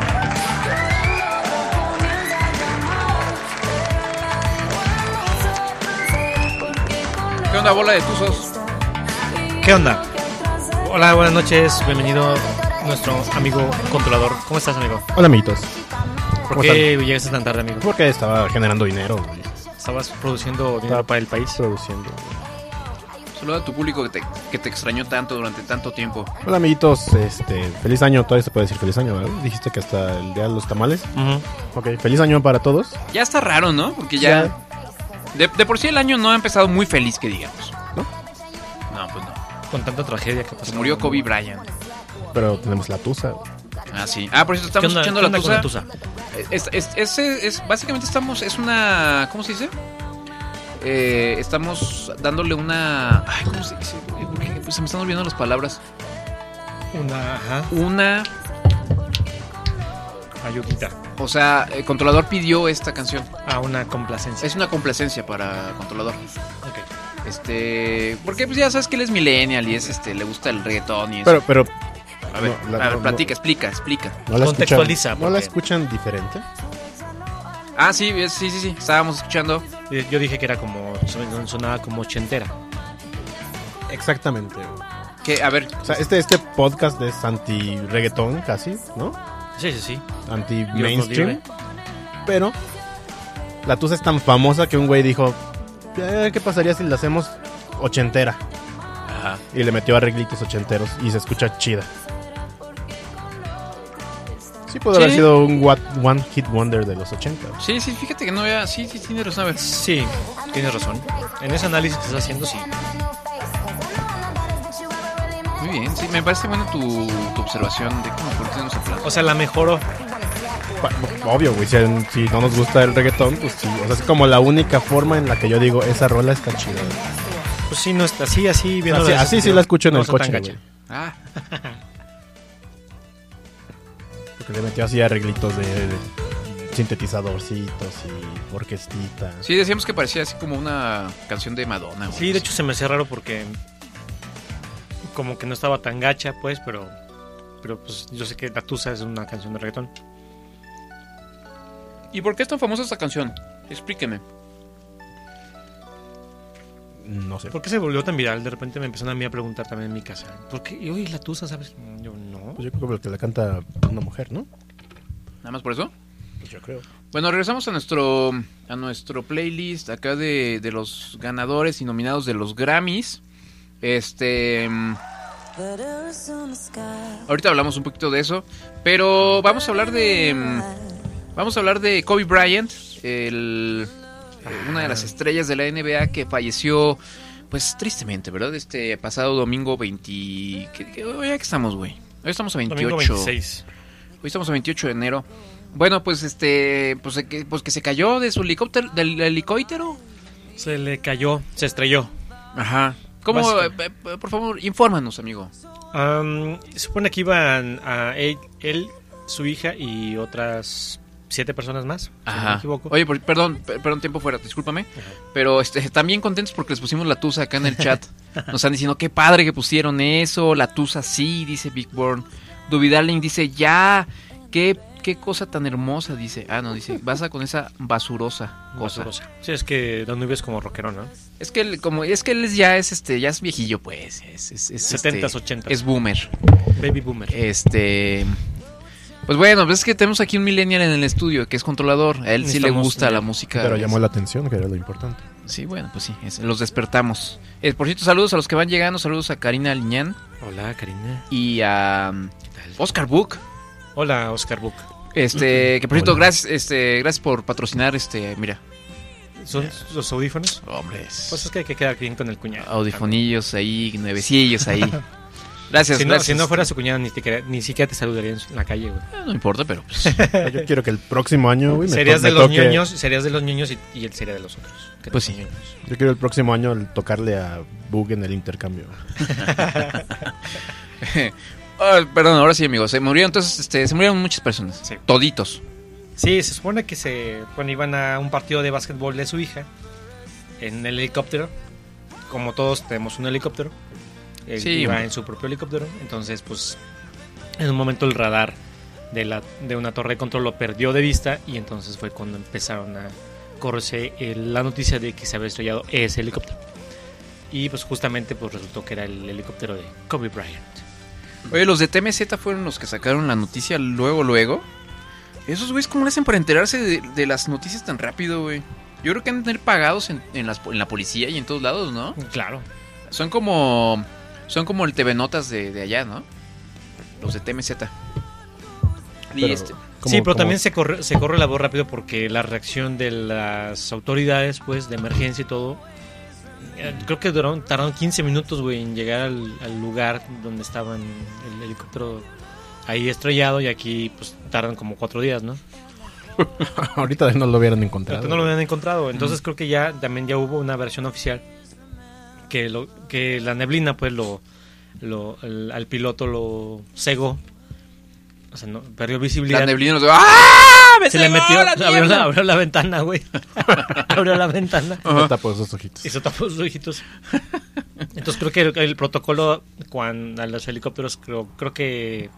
Llorando comienza a llamar, pero la da igual nosotros, será porque con
¿Qué onda, bola de tuzos?
¿Qué onda? Hola, buenas noches. Bienvenido nuestro amigo controlador. ¿Cómo estás, amigo?
Hola, amiguitos.
¿Por qué llegaste tan tarde, amigo?
Porque estaba generando dinero, güey.
Estabas produciendo dinero
Estaba
para el país.
Produciendo.
Saluda a tu público que te, que te extrañó tanto durante tanto tiempo.
Hola, amiguitos. Este, feliz año. Todavía se puede decir feliz año, ¿verdad? Dijiste que hasta el día de los tamales.
Ujú.
Ok, feliz año para todos.
Ya está raro, ¿no? Porque ya. De, de por sí el año no ha empezado muy feliz, que digamos.
¿No?
No, pues no.
Con tanta tragedia que pasó.
Se murió Kobe Bryant.
Pero tenemos la tusa.
Ah, sí. Ah, por eso estamos
¿Qué onda-
escuchando
qué
la
onda con
tusa. Es, es- es- es- básicamente estamos. Es una. ¿Cómo se dice? Eh, estamos dándole una. Ay, ¿cómo se dice? güey? ¿Por qué? Pues se me están olvidando las palabras.
Una ajá,
Una.
ayudita.
O sea, el controlador pidió esta canción.
Ah, una complacencia.
Es una complacencia para controlador.
Ok.
Este. Porque pues ya sabes que él es millennial y es este. Le gusta el reggaetón y eso.
Pero, pero,
a ver,
no, la-
a ver,
no,
platica, explica, explica.
¿no la
Contextualiza,
escuchan? ¿No la
porque-
escuchan diferente?
Ah, sí, es- sí, sí, sí. Estábamos escuchando.
Eh, Yo dije que era como. son- Sonaba como ochentera.
Exactamente.
Que, a ver,
O sea, este, este podcast es anti-reggaetón casi, ¿no?
Sí, sí, sí.
Anti-mainstream. Pero la tusa es tan famosa que un güey dijo, "Eh, ¿qué pasaría si la hacemos ochentera?
Ajá.
Y le metió arreglitos ochenteros y se escucha chida. Sí, pudo haber
Sí.
sido un what- One Hit Wonder de los 80.
sí, sí, fíjate que no había. Sí, sí, tiene razón. A ver.
Sí, tienes razón. En ese análisis que estás haciendo, sí.
Muy bien, sí, me parece buena tu, tu observación de cómo por qué no se aplaude.
O sea, la mejoró.
Pa- Obvio, güey, si, si no nos gusta el reggaetón, pues sí. O sea, es como la única forma en la que yo digo, esa rola está chida. güey".
Pues sí, no está así, así, viendo
Así- así sí la escucho en el coche,
Ah,
Porque le metió así arreglitos de, de sintetizadorcitos y orquestita.
sí, decíamos que parecía así como una canción de Madonna. güey.
Sí, de hecho se me hace raro porque. Como que no estaba tan gacha, pues, pero. Pero pues yo sé que La Tusa es una canción de reggaetón.
¿Y por qué es tan famosa esta canción? Explíqueme.
No sé.
¿Por qué se volvió tan viral? De repente me empezaron a mí a preguntar también en mi casa. ¿Por qué? Y oye, La Tusa, ¿sabes? Yo no.
Pues yo creo que la canta una mujer, ¿no?
Nada más por eso.
Pues yo creo.
Bueno, regresamos a nuestro a nuestro playlist acá de, de los ganadores y nominados de los Grammys. Este, mm, ahorita hablamos un poquito de eso, pero vamos a hablar de mm, vamos a hablar de Kobe Bryant, el-
Ah.
eh, una de las estrellas de la NBA que falleció pues tristemente, ¿verdad? Este pasado domingo 20 ¿qué, qué- hoy ya que estamos, güey. Hoy estamos a 28.
Domingo 26.
Hoy estamos a 28 de enero. Bueno, pues este, pues, eh, que- pues que se cayó de su helicóptero, del helicóptero.
Se le cayó, se estrelló.
Ajá. ¿Cómo?
Básico.
eh, eh, por favor, infórmanos, amigo.
Am, se supone que iban a él, él, su hija y otras siete personas más. Si no me equivoco.
Oye, por- perdón, per- perdón, tiempo fuera, discúlpame. Pero este, están bien contentos porque les pusimos la tusa acá en el
(laughs)
chat. Nos están diciendo qué padre que pusieron eso. La tusa sí, dice Big Born. Duvidarling dice ya. Qué, qué cosa tan hermosa, dice. Ah, no, dice. Vas a con esa basurosa cosa. Este,
Cosa. Sí, es que Don Nubio es como rockero, ¿no?
Es que él, como, es que él es- ya es este, ya es viejillo, pues. Es, eh, es, es, este,
70s, 80s.
Es boomer.
Baby boomer.
Este. Pues bueno, pues es que tenemos aquí un millennial en el estudio que es controlador. A él sí le
Necesitamos-
gusta la música.
Pero llamó la atención, que era lo
(laughs)
importante.
Sí, bueno, pues sí, es- los despertamos. Eh, por cierto, saludos a los que van llegando. Saludos a Karina Liñán
Hola, Karina.
y a um, Oscar Book.
Hola, Oscar Book.
Este, que por cierto,
Hola.
gracias, este, gracias por patrocinar este, mira,
¿Son los audífonos?
hombres.
Pues es que hay que quedar bien con el cuñado.
Audifonillos ahí, nuevecillos
(laughs)
ahí. Gracias,
Si no,
gracias.
si no fuera su cuñado, ni, te quería- ni siquiera te saludaría en su- en la calle, güey.
Eh, No importa, pero pues, (laughs)
Yo quiero que el próximo año, güey, me,
Serías
to-
de
me
los
toque-
niños, serías de los niños y, y él sería de los otros. Que
Pues
te-
sí.
Yo quiero el próximo año el tocarle a Bug en el intercambio.
ah, perdón, ahora sí, amigos, se murieron entonces, este, se murieron muchas personas,
Sí.
toditos.
Sí, se supone que se bueno, iban a un partido de básquetbol de su hija en el helicóptero. Como todos tenemos un helicóptero. Él
Sí,
iba
hombre.
en su propio helicóptero. Entonces, pues, en un momento el radar de, la, de una torre de control lo perdió de vista y entonces fue cuando empezaron a correrse eh, la noticia de que se había estrellado ese helicóptero. Y pues justamente pues resultó que era el helicóptero de Kobe Bryant.
Oye, los de TMZ fueron los que sacaron la noticia luego, luego. Esos güeyes, ¿cómo le hacen para enterarse de, de las noticias tan rápido, güey? Yo creo que han de tener pagados en, en las- en la policía y en todos lados, ¿no?
Claro.
Son como. Son como el TV Notas de, de allá, ¿no? Los de TMZ. Y
Pero-
este-
Como-
sí, pero
como-
también se corre, se corre la voz rápido porque la reacción de las autoridades, pues, de emergencia y todo. eh, Creo que duraron, tardaron 15 minutos, güey, en llegar al, al lugar donde estaban el helicóptero ahí estrellado y aquí, pues, tardan como cuatro días, ¿no?
(laughs) Ahorita no lo hubieran encontrado.
Pero no lo habían encontrado. Entonces creo que ya también ya hubo una versión oficial que lo que la neblina pues lo, lo el- al piloto lo cegó. O sea, no, perdió visibilidad.
la neblina nos dio- ¡Ah! ¡Me
Se le
cegó
metió,
la
abrió,
mierda!
la, abrió la ventana, (laughs) güey. abrió la ventana
Ahorita tapó esos ojitos.
y se tapó sus ojitos. Entonces creo que el, el protocolo cuando, a los helicópteros, creo, creo que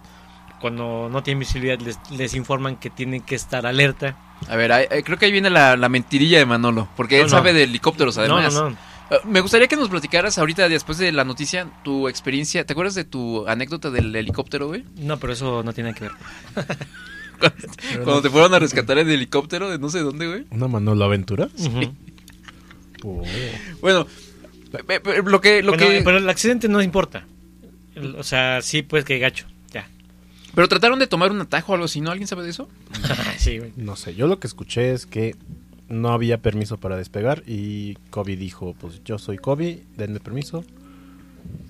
cuando no tienen visibilidad les, les informan que tienen que estar alerta.
A ver, ahí- ahí- creo que ahí viene la, la mentirilla de Manolo. Porque él
No, no.
sabe de helicópteros, Pues además.
No, no, no.
Eh, Me gustaría que nos platicaras ahorita, después de la noticia, tu experiencia. ¿Te acuerdas de tu anécdota del helicóptero, güey?
No, pero eso no tiene que ver.
Cuando te fueron a rescatar en helicóptero de no sé dónde, güey.
¿Una Manolo Aventura?
Ujú.
Oh.
Bueno, pe- pe- lo que. Lo
Bueno,
que...
eh, Pero el accidente no importa. El- O sea, sí, pues que gacho.
(laughs)
Ya.
Pero trataron de tomar un atajo o algo así, ¿no? ¿Alguien sabe de eso?
sí, güey.
No sé, yo lo que escuché es que no había permiso para despegar y Kobe dijo, pues yo soy Kobe, denme permiso,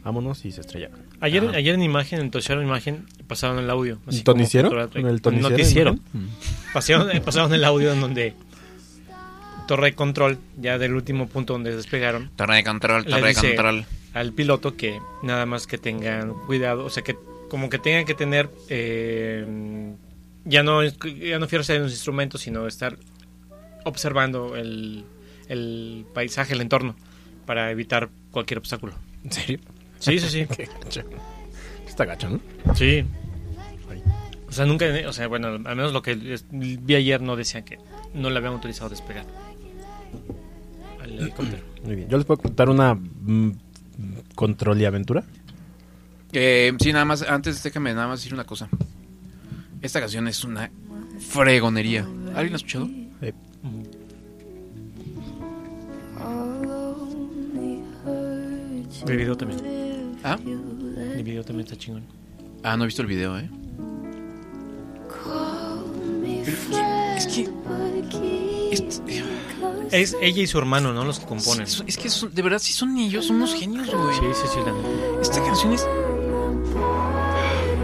vámonos y se estrellaron.
Ayer, ayer en imagen, en Toshiro imagen, pasaron el audio. así
¿El tonicero?
como fotografía.
¿En el
El
tonicero?
noticiero. Mm. Pasaron, eh, pasaron el audio en donde Torre de Control, ya del último punto donde despegaron,
Torre de control,
Le torre de dice- control. al piloto que nada más que tengan cuidado, o sea, que como que tengan que tener, eh, ya no ya no fijarse en los instrumentos, sino estar observando el, el paisaje, el entorno, para evitar cualquier obstáculo.
¿En serio?
Sí, sí, sí.
(laughs) Qué gacho. Está gacho, ¿no?
sí. O sea, nunca, o sea, bueno, al menos lo que es- vi ayer no decían que no le habían autorizado despegar al (clears throat) helicóptero.
Muy bien. Yo les puedo contar una mm, control y aventura.
Eh, sí, nada más, antes déjame nada más decir una cosa. Esta canción es una fregonería. ¿Alguien la ha escuchado?
Eh,
Mi video también.
¿Ah?
Mi video también está chingón.
Ah, no he visto el video, ¿eh? Es que... Es,
Es ella y su hermano, ¿no? Los que componen.
es- es que son- de verdad sí son ellos, son unos genios, güey.
Sí, sí, sí, la neta.
Esta canción es...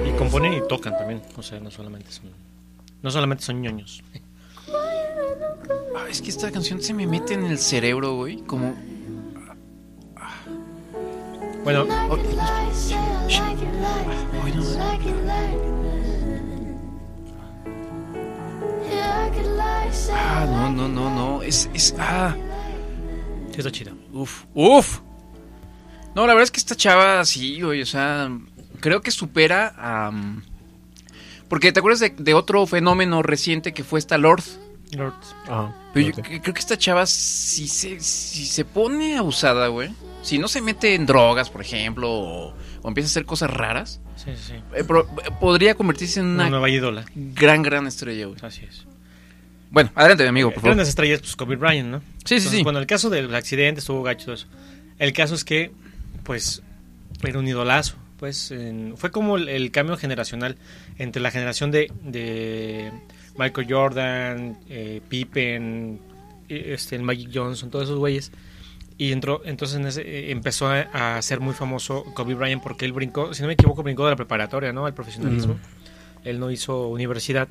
Y componen y tocan también. O sea, no solamente son. No solamente son ñoños.
Ah, es que esta canción se me mete en el cerebro, güey. Como...
Bueno, oh,
Ah, no, no, no, no. Es... es ah.
sí está chido.
Uf, uf. No, la verdad es que esta chava sí, güey, o sea, creo que supera a... mm, porque te acuerdas de, de otro fenómeno reciente que fue esta Lord.
Ah.
Ajá.
Pero yo cre- creo que esta chava si se, si se pone abusada, güey. Si no se mete en drogas, por ejemplo, o, o empieza a hacer cosas raras,
Sí, sí, sí.
Eh, pro- eh, podría convertirse en
Una
una
nueva ídola.
gran, gran estrella, güey.
Así es.
Bueno, adelante, mi amigo, por favor.
Grandes estrellas, pues Kobe Bryant, ¿no?
Sí, sí,
Entonces,
sí.
Bueno, el caso del accidente estuvo gacho todo eso. El caso es que, pues, era un idolazo. Pues en- fue como el, el cambio generacional entre la generación de, de Michael Jordan, eh, Pippen, eh, este, el Magic Johnson, todos esos güeyes. Y entró, entonces en ese- eh, empezó a, a ser muy famoso Kobe Bryant porque él brincó, si no me equivoco, brincó de la preparatoria, ¿no? Al profesionalismo. Él no hizo universidad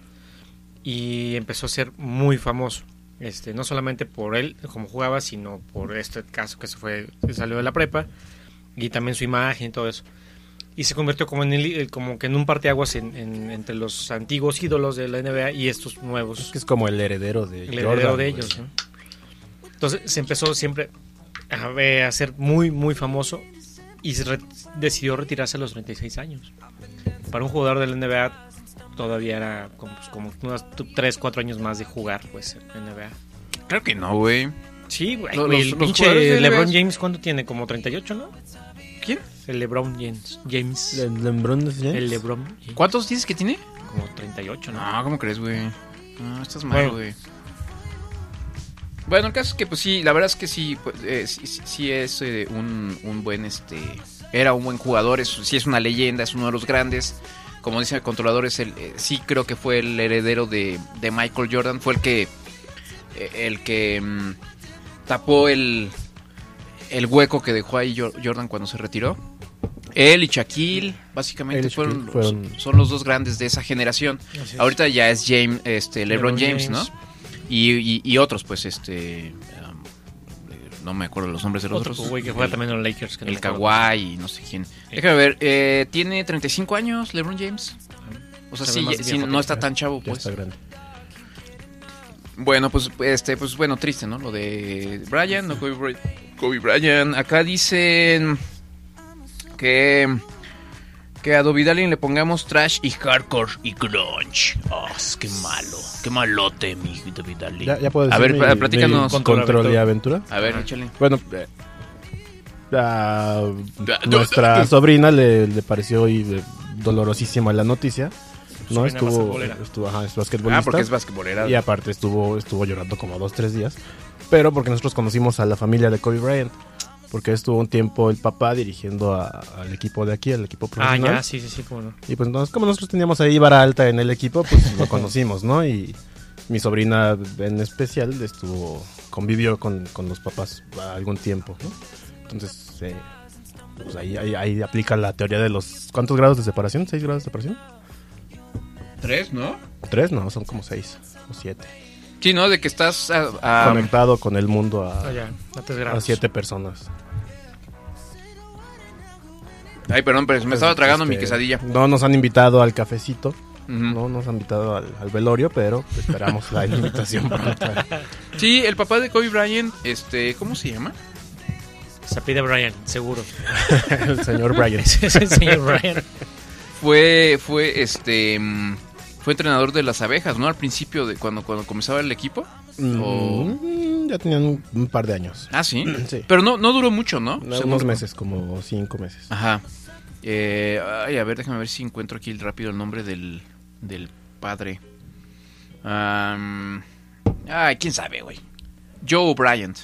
y empezó a ser muy famoso. Este, no solamente por él como jugaba, sino por este caso que se fue, que salió de la prepa y también su imagen y todo eso. Y se convirtió como en el- como que en un parteaguas en- en- entre los antiguos ídolos de la NBA y estos nuevos
Es que es como el heredero de
el pues. heredero
Jordan,
de
güey.
ellos. ¿no? Entonces se empezó siempre a, ver- a ser muy, muy famoso y se re- decidió retirarse a los 36 años. Para un jugador del NBA todavía era como, pues, como unos 3, 4 años más de jugar pues en NBA.
Claro que no, güey.
Sí, güey.
Los-
güey,
los-
el
los jugadores
pinche
del
LeBron
NBA.
James, ¿cuánto tiene? Como 38, ¿no?
¿Quién?
El LeBron James. James.
Le- LeBron James.
el LeBron James. Ah,
¿Cuántos dices que tiene?
Como 38, ¿no?
No, ¿cómo crees, güey? No, estás mal,
Bueno.
güey. Bueno, el caso es que, pues sí, la verdad es que sí, pues, eh, sí, sí- sí es eh, un, un buen, este, era un buen jugador, es, sí es una leyenda, es uno de los grandes. Como dicen el controlador, es el, eh, sí creo que fue el heredero de, de Michael Jordan, fue el que, eh, el que mm, tapó el, el hueco que dejó ahí Jor- Jordan cuando se retiró. Él y Shaquille, básicamente
Él y
fueron,
Shaquille
los-
fueron-
son los dos grandes de esa generación.
Así es.
Ahorita ya es James, este, LeBron,
LeBron
James,
James.
¿no? Y, y- y otros, pues, este, um, eh, no me acuerdo los nombres de los
Otro
otros.
güey que juega
el,
también en los Lakers. que no
el
me acuerdo.
Kawhi y no sé quién. Déjame ver, eh, tiene 35 años LeBron James. O sea,
Ah, Se ve
sí,
más
ya- sí,
viejo que
no está tan chavo,
Ya
pues.
está grande.
Bueno, pues, este, pues bueno, triste, ¿no? Lo de Brian, no Kobe, Bry- Kobe Bryant. Acá dicen que que a Dove Darling le pongamos trash y hardcore y grunge. Ah,
Oh, qué malo. Qué malote, mi hijito Vidalín.
Ya, ya puedo
A
decir
ver,
mi-
pa- platícanos.
mi Control y aventura.
A ver, échale.
Bueno, eh, a
eh,
nuestra sobrina le, le pareció y, eh, dolorosísima la noticia. No
Sobrina
estuvo,
basquetbolera.
estuvo, ajá, es basquetbolista.
Ah, porque es basquetbolera.
Y aparte estuvo, estuvo llorando como dos, tres días. Pero porque nosotros conocimos a la familia de Kobe Bryant. Porque estuvo un tiempo el papá dirigiendo a- al equipo de aquí, al equipo
Ah,
profesional.
ya, sí, sí, sí, cómo no.
Y pues entonces, como nosotros teníamos ahí vara alta en el equipo, pues lo conocimos, ¿no? Y mi sobrina en especial estuvo, convivió con, con los papás algún tiempo, ¿no? Entonces, eh, pues ahí, ahí, ahí aplica la teoría de los... ¿Cuántos grados de separación? ¿Seis grados de separación?
Tres, ¿no?
¿Tres? No, son como seis o siete.
Sí, ¿no? De que estás a- a-
Conectado con el mundo a,
Ah, ya, no te
a
desgracias.
siete personas.
Ay, perdón, pero me estaba tragando mi
Este,
quesadilla.
No nos han invitado al cafecito,
Ujú.
no nos han invitado al, al velorio, pero esperamos la invitación pronta.
Sí, el papá de Kobe Bryant, este, ¿cómo se llama?
Se pide Brian, (laughs) seguro.
el señor Bryant.
Ese es el señor Brian.
Fue, fue, este, mm, fue entrenador de las abejas, ¿no? Al principio de cuando, cuando comenzaba el equipo. O-
Mm, ya tenían un, un par de años.
Ah, sí.
(clears throat) Sí.
Pero no, no duró mucho, ¿no?
pues
Unos
Según-
meses, como cinco meses.
Ajá. Eh, ay, a ver, déjame ver si encuentro aquí rápido el nombre del, del padre. Am, ay, quién sabe, güey. Joe Bryant.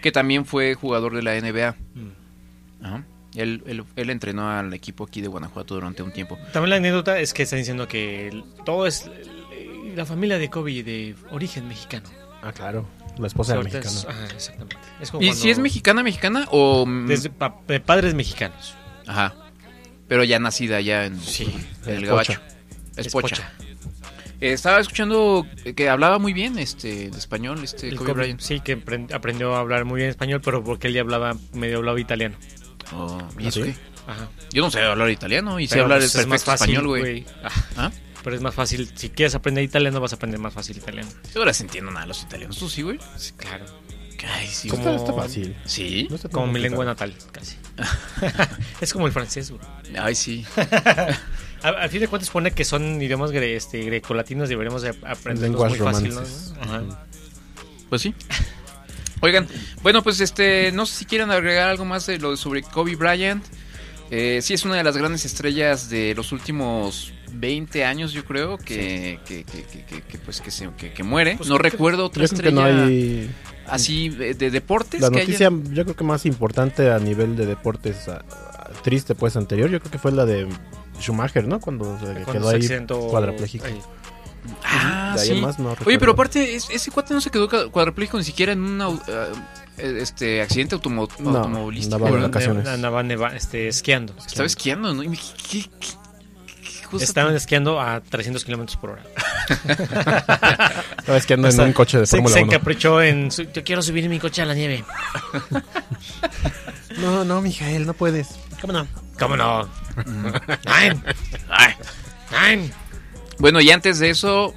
que también fue jugador de la NBA.
Mm.
Ajá. Él, él- él entrenó al equipo aquí de Guanajuato durante un tiempo.
También la anécdota es que está diciendo que el- todo es eh, la familia de Kobe de origen mexicano.
Ah, claro. La esposa del
Ahorita es-
mexicano.
ajá, exactamente. Es como
¿Y
cuando-
si es mexicana, mexicana o...? mm,
Desde pa- de padres mexicanos.
Ajá. Pero ya nacida ya en,
Sí.
en el
Es
gabacho.
pocha.
Es
Es
pocha.
pocha.
Eh, estaba escuchando eh, que hablaba muy bien este de español, este
El
Kobe,
Kobe,
Bryant.
Sí, que aprend- aprendió a hablar muy bien español, pero porque él ya hablaba, medio hablaba italiano.
Oh, ¿y eso
¿Ah,
qué?
sí?
Ajá.
Yo no sé hablar italiano y sé
Pero,
hablar
pues,
el
es más
perfecto
fácil,
español, güey.
Ah,
¿Ah?
Pero es más fácil. Si quieres aprender italiano, vas a aprender más fácil italiano.
Yo no les entiendo nada a los italianos. ¿Tú sí, güey?
Sí, claro.
Ay, sí.
¿Cómo?
Pues Está, está fácil.
¿Sí?
No está tan
Como mi lengua
complicado.
natal, casi. (laughs) es como el francés, güey.
Ay, sí.
A- Al fin de cuentas supone que son idiomas gre este, grecolatinos, deberíamos de aprender
Lenguas
muy fácil,
romances.
¿no? Ajá.
Pues sí. Oigan, bueno, pues este, no sé si quieran agregar algo más de lo de sobre Kobe Bryant. Eh, sí, es una de las grandes estrellas de los últimos 20 años, yo creo, que, que, que- que- que- que, pues, que, se, que, que muere.
Pues
no
creo que-
recuerdo otra
Yo creo que
estrella
no hay...
así de, de deportes.
La
que haya-
noticia, yo creo que más importante a nivel de deportes a- a- triste, pues anterior, yo creo que fue la de Schumacher, ¿no? Cuando se
Cuando
quedó
se
ahí
accidentó
cuadrapléjico.
ahí.
Ah,
de ahí
sí.
en más no
Oye,
recuerdo.
pero aparte, es- ese cuate no se quedó cua- cuadripléjico ni siquiera en un au- eh, este accidente automo-
No,
automovilístico.
andaba de
¿verdad?
vacaciones.
Andaban neva- este, esquiando.
Estaba esquiando, ¿no? Y me- ¿Qué, qué- qué- qué cosa
Estaban esquiando a 300 kilómetros por hora.
Estaba esquiando en
Hasta-
un coche de
Se,
Fórmula
se
1.
encaprichó en. su- Yo quiero subir mi coche a la nieve.
No, no, Mijael, no puedes.
¿Cómo no? Mm. ¿Cómo no? Nein. Nein.
Bueno, y antes de eso.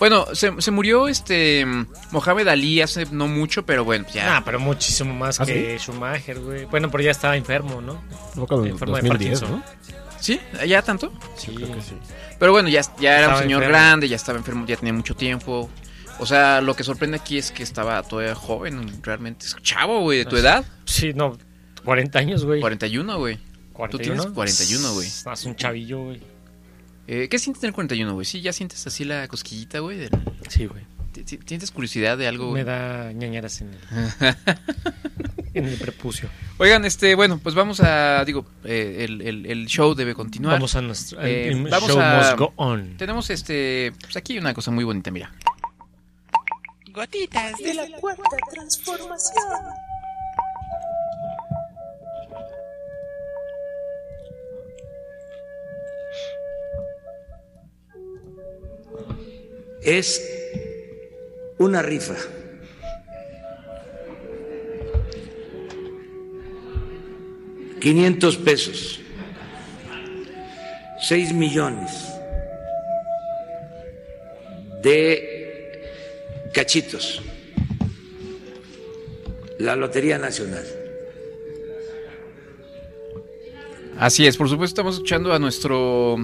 Bueno, se, se murió este mm, Mohamed Ali hace no mucho, pero bueno, ya.
Ah, pero muchísimo más
¿Ah,
que Schumacher, güey. Bueno, pero ya estaba enfermo, ¿no?
Fue como en
En forma de
2010,
Parkinson.
¿no?
¿Sí? ¿Ya tanto?
Sí.
Creo que sí.
Pero bueno, ya, ya era un
Estaba
señor
enfermo.
grande, ya estaba enfermo, ya tenía mucho tiempo. O sea, lo que sorprende aquí es que estaba todavía joven, realmente. Es chavo, güey, de tu edad.
Sí, no. 40 años, güey.
41, güey. Tú tienes 41, güey.
Estás un chavillo, güey.
Eh, ¿Qué sientes tener 41, güey? Sí, ya sientes así la cosquillita, güey. del-
Sí, güey.
ti- ti- ¿Sientes curiosidad de algo? güey?
Me da ñañaras en el,
(laughs)
en el prepucio.
Oigan, este, bueno, pues vamos a, digo, eh, el, el- el show debe continuar.
Vamos a nuestro.
Eh,
el- el
vamos
show
a-
must go on.
Tenemos este, pues aquí una cosa muy bonita, mira.
Gotitas de la cuarta transformación.
es una rifa. Quinientos pesos. Seis millones de cachitos. La Lotería Nacional.
Así es, por supuesto estamos escuchando a nuestro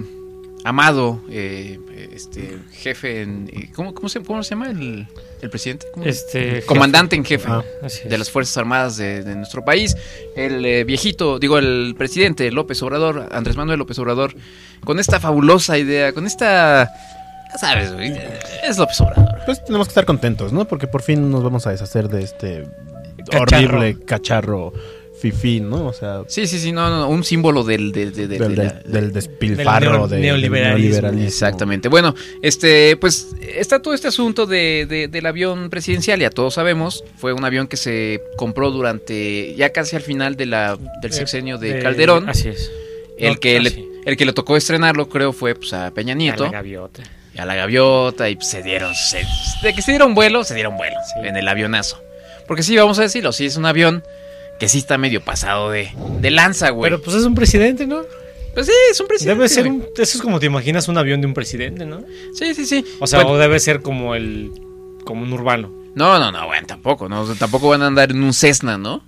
amado eh, este jefe en eh, ¿cómo, cómo, se, cómo se llama el, el presidente? ¿Cómo?
Este.
Comandante en jefe
Ah,
así
de
es.
las Fuerzas Armadas de, de nuestro país, el eh, viejito, digo, el presidente López Obrador, Andrés Manuel López Obrador, con esta fabulosa idea, con esta, ya sabes, güey, es López Obrador.
Pues tenemos que estar contentos, ¿no? Porque por fin nos vamos a deshacer de este
Cacharro.
horrible cacharro fifín, ¿no? O sea,
Sí, sí, sí, no, no, no, un símbolo del, del, del- del-
del,
de la-
del- del despilfarro
neo-
del
neoliberalismo.
neoliberalismo.
Exactamente. Bueno, este, pues está todo este asunto de, de- del avión presidencial, ya todos sabemos, fue un avión que se compró durante ya casi al final de la, del sexenio de,
Eh,
Calderón.
Así es.
el
no,
que le,
así.
el que le tocó estrenarlo creo fue pues, a Peña Nieto
A la gaviota.
y a la gaviota y pues, se dieron se- de que se dieron vuelo, se dieron vuelo
Sí.
en el avionazo. Porque sí, vamos a decirlo, sí es un avión que sí está medio pasado de, de lanza, güey.
Pero pues es un presidente, ¿no?
Pues sí, es un presidente.
debe ser
güey.
un, eso es como te imaginas un avión de un presidente, ¿no?
Sí, sí, sí.
O sea,
Bueno,
o debe ser como el como un urbano.
(laughs) No, no, no, bueno, tampoco, no, o sea, tampoco van a andar en un Cessna, ¿no?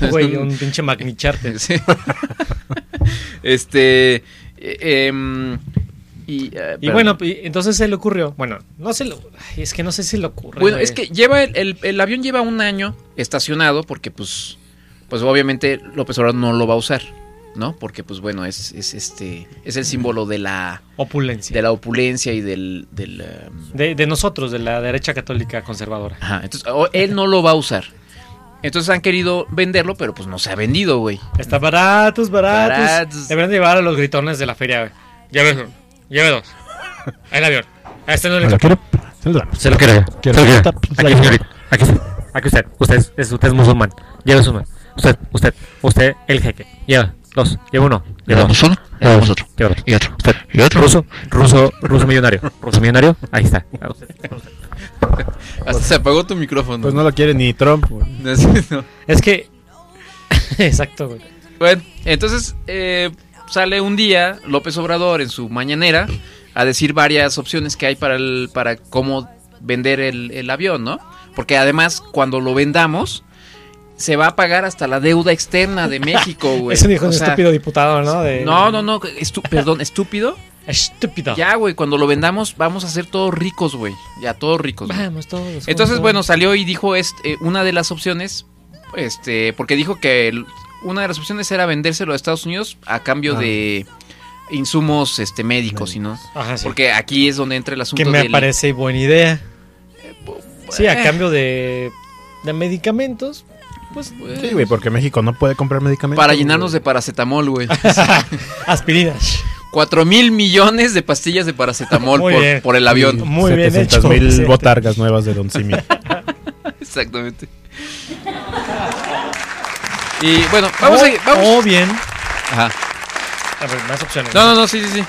(laughs)
Güey, un pinche magnicharte.
Sí. este eh, em, y, eh,
Y
pero-
bueno, y entonces se le ocurrió. Bueno, no se lo ay, es que no sé si le ocurre.
bueno,
güey.
es que lleva el, el- el avión lleva un año estacionado porque pues pues obviamente López Obrador no lo va a usar, ¿no? Porque pues bueno, es, es este es el símbolo de la
opulencia
de la opulencia y del, del, em,
de, de nosotros, de la derecha católica conservadora.
ajá, entonces o- él no lo va a usar. Entonces han querido venderlo, pero pues no se ha vendido, güey.
Está baratos, baratos.
Baratos.
Deberían llevar a los gritones de la feria. güey. Lleve uno, lleve dos. El avión. A este no le
Lo quiero- se lo damos.
Se lo quiero.
Quiero-
se lo quiero.
Esta- pues, la-
Aquí, señorita. Aquí, aquí usted. Usted es, es- usted es musulmán. Lleva su mano. Usted, usted, usted, el jeque. Lleva dos. Lleva uno. Lleva dos.
uno,
le damos otro. Lleva otro. Y otro. Usted. Y otro. Ruso, ruso, ruso millonario. Ruso millonario. Ahí está. A usted.
Hasta se apagó tu micrófono.
Pues no lo quiere ni Trump. güey.
(laughs) Sí, no.
Es que. (laughs) Exacto, güey.
Bueno, entonces eh, sale un día López Obrador en su mañanera a decir varias opciones que hay para, el, para cómo vender el, el avión, ¿no? Porque además cuando lo vendamos se va a pagar hasta la deuda externa de
(laughs)
México, güey.
Ese dijo
O
un
sea,
estúpido diputado, ¿no? De-
No, no, no, estu- perdón, estúpido.
Estúpido.
(laughs) Ya, güey, cuando lo vendamos vamos a ser todos ricos, güey. Ya, todos ricos. güey.
Vamos todos.
Entonces, bueno, salió y dijo este, eh, una de las opciones, este, porque dijo que el- una de las opciones era vendérselo a Estados Unidos a cambio de insumos este médicos, ¿sí, ¿no?
Ajá, sí.
Porque aquí es donde entra el asunto
Que me
del-
parece buena idea. Sí,
eh.
a cambio de, de medicamentos. Pues,
eh,
Sí, güey, pues, porque México no puede comprar medicamentos.
Para llenarnos de paracetamol, güey.
aspirinas.
4 mil millones de pastillas de paracetamol
Muy bien.
por, por el avión.
Muy bien hecho,
mil
presidente.
botargas nuevas de
(laughs)
Don Simi.
Exactamente. Y bueno, vamos
o,
a vamos.
o bien.
Ajá.
A ver, más opciones.
No, no, no, sí, sí, sí.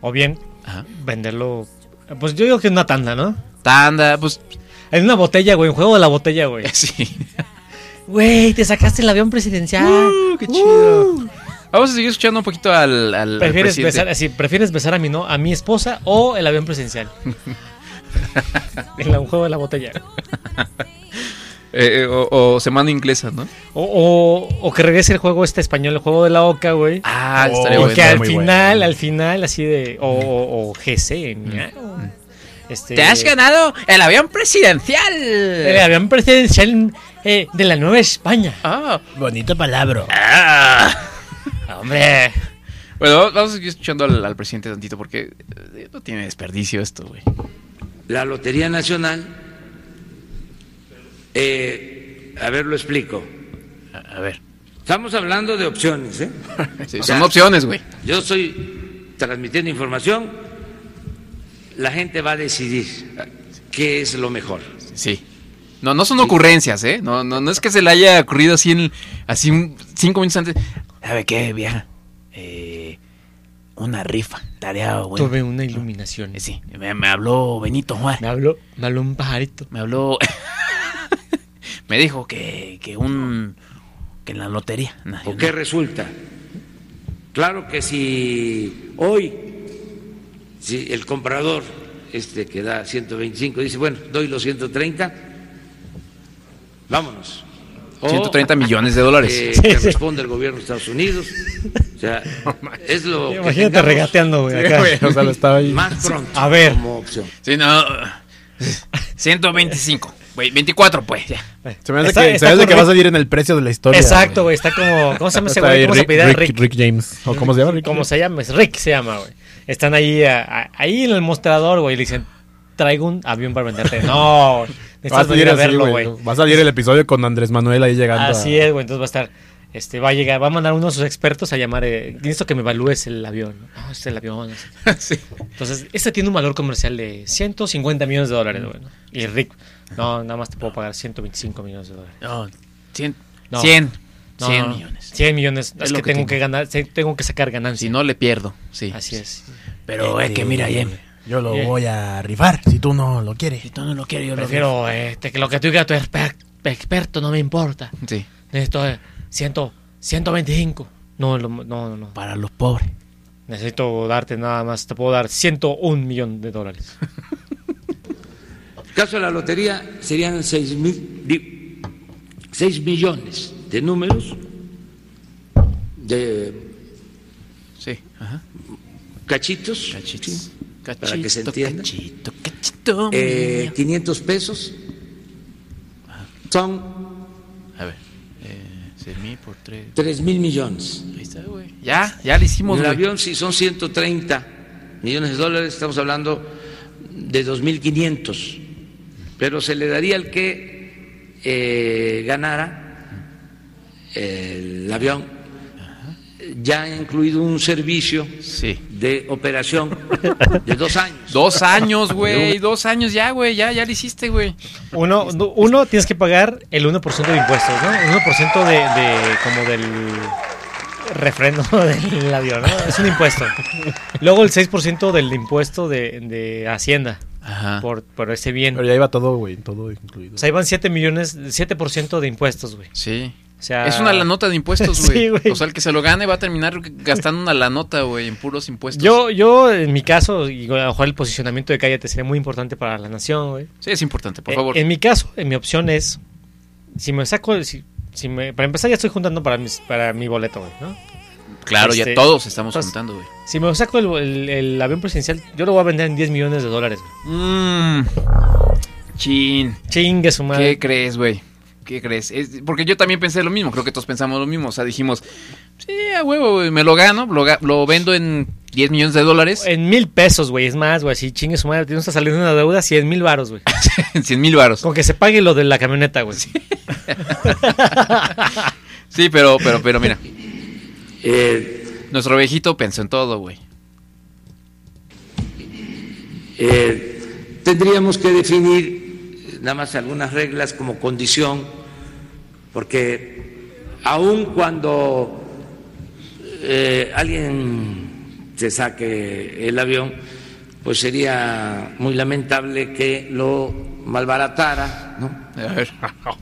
O bien
Ajá.
venderlo. Pues yo digo que en una tanda, ¿no?
Tanda, pues (laughs)
En una botella, güey. Un juego de la botella, güey.
sí.
Güey, te sacaste el avión presidencial.
Uh,
qué chido. Vamos a seguir escuchando un poquito al, al- al
¿Prefieres
presidente.
besar, así, ¿Prefieres besar a mi, no, a mi esposa o el avión presidencial? en la- un juego de la botella.
Eh, eh, o, o semana inglesa, ¿no?
O, o, o que regrese el juego este español, el juego de la oca, güey.
Ah,
Oh,
estaría
o
bueno.
que al
muy
final,
bueno.
al final, así de. O, o, o GC,
Mm.
miau. Este,
ganado el avión presidencial.
El avión presidencial eh, de la Nueva España.
Ah.
Bonita palabra.
(laughs)
Hombre.
Bueno, vamos a seguir escuchando al, al presidente tantito porque eh, no tiene desperdicio esto, (laughs) güey.
La Lotería Nacional, eh, a ver, lo explico.
A, a ver.
Estamos hablando de opciones, ¿eh?
Sí, son opciones, güey.
Yo estoy transmitiendo información, la gente va a decidir qué es lo mejor.
Sí. No, no son ocurrencias, ¿eh? No, no, no es que se le haya ocurrido así, en- así un- cinco minutos antes. ¿Sabe qué, vieja? Eh, una rifa. Tarea, güey.
Tuve una iluminación.
Ah, Eh, Sí, me, me habló Benito Juárez.
Me habló, me habló un pajarito.
me habló me dijo que, que un que en la lotería Nah, yo
¿O qué resulta? Claro que si hoy si el comprador este que da 125 dice, bueno, doy los 130, vámonos.
no.
O,
130 millones de dólares
eh,
(laughs)
que responde el gobierno de Estados Unidos. O sea, es lo que
Imagínate
tengamos
regateando, güey. acá.
O sea, lo estaba ahí.
más pronto
A ver.
como opción.
sí no 125 güey, 24 pues ya.
Se me hace
Está-
que,
está
se me hace que va a
correcto.
salir en el precio de la historia.
Exacto, güey. Está como. ¿Cómo se llama ese
Está
güey?
ahí
¿Cómo se
Rick,
apellida?
Rick- Rick James. ¿O cómo se llama? Rick
¿Cómo se llama? Es Rick se llama, güey. Están ahí, a- a- ahí en el mostrador, güey. Le dicen, traigo un avión para
(laughs)
venderte. No,
Va a
necesitas
salir
venir a
así,
verlo,
güey.
güey.
Va a salir el episodio con Andrés Manuel ahí llegando.
Así
a-
es, güey. Entonces va a estar. Este, va a llegar, va a mandar uno de sus expertos a llamar. Eh, necesito que me evalúes el avión. No, este es el avión. no sé.
Sí.
Entonces, este tiene un valor comercial de 150 millones de dólares, güey. ¿no? Y Rick, no, nada más te puedo pagar 125 millones de dólares.
no 100
No.
100
No,
100
no, no.
millones
100 millones. Es,
lo
que,
que
tengo
tengo.
que ganar, se- tengo que sacar ganancia.
si no le pierdo sí
Así es. Eh,
pero es que mira Jem
Yo lo
Bien.
voy a rifar si tú no lo quieres.
si tú no lo quieres yo lo
Prefiero este, que lo que tú digas, tu exper- experto, no me importa.
quiero. sí
Necesito eh, 100, 125. No, lo- no, no, no.
para los pobres
Necesito darte nada más. Te puedo dar 101 millones de dólares.
El caso de la lotería serían 6 mil, digo, 6 millones de números de
sí ajá
cachitos,
cachitos
¿sí? Para que se entienda.
cachito cachito
Eh,
mío.
500 pesos son
a ver eh, 6 mil por 3
3 mil millones.
Ahí está, güey. Ya, ya le hicimos,
El
güey.
avión, si son 130 millones de dólares, estamos hablando de 2.500. Pero se le daría al que eh, ganara el avión, ya ha incluido un servicio
Sí.
de operación de dos años.
Dos años, güey. Dos años ya, güey. Ya, ya le hiciste, güey.
(laughs) Uno, uno tienes que pagar el 1% de impuestos, ¿no? El 1% de, de- como del refrendo (laughs) del avión, ¿no? Es un impuesto. Luego el 6% del impuesto de, de Hacienda
Ajá.
por, por ese bien.
Pero ya iba todo, güey, todo incluido.
O sea, ahí van 7 millones, 7% de impuestos, güey.
Sí.
O sea,
Es una la nota de (laughs) impuestos,
Sí,
güey.
güey.
o sea, el que se lo gane va a terminar gastando una la nota, güey, en puros impuestos.
Yo, yo, en mi caso, y a lo mejor el posicionamiento de Cállate sería muy importante para la nación, güey.
Sí, es importante, por
Eh,
favor.
En mi caso, en mi opción es, si me saco, si, si me, para empezar ya estoy juntando para, mis, para mi boleto, güey, ¿no?
claro, ya
este,
todos estamos
pues-
contando, güey.
Si me saco el, el- el avión presidencial, yo lo voy a vender en 10 millones de dólares. güey.
Mmm. Chin.
Chingue su madre.
¿Qué crees, güey? ¿Qué crees? Es- porque yo también pensé lo mismo, creo que todos pensamos lo mismo. O sea, dijimos, sí, a huevo, güey, me lo gano, lo, ga- lo vendo en 10 millones de dólares. (laughs)
En mil pesos, güey, es más, güey, así chingue su madre, tienes que salir de una deuda 100 mil
(laughs)
varos, güey.
100 mil varos.
Con que se pague lo de la camioneta, güey.
Sí, pero, pero, pero mira. Nuestro viejito pensó en todo, güey.
Eh, tendríamos que definir eh, nada más algunas reglas como condición, porque aun cuando eh, alguien se saque el avión, pues sería muy lamentable que lo malbaratara, ¿no?
A ver.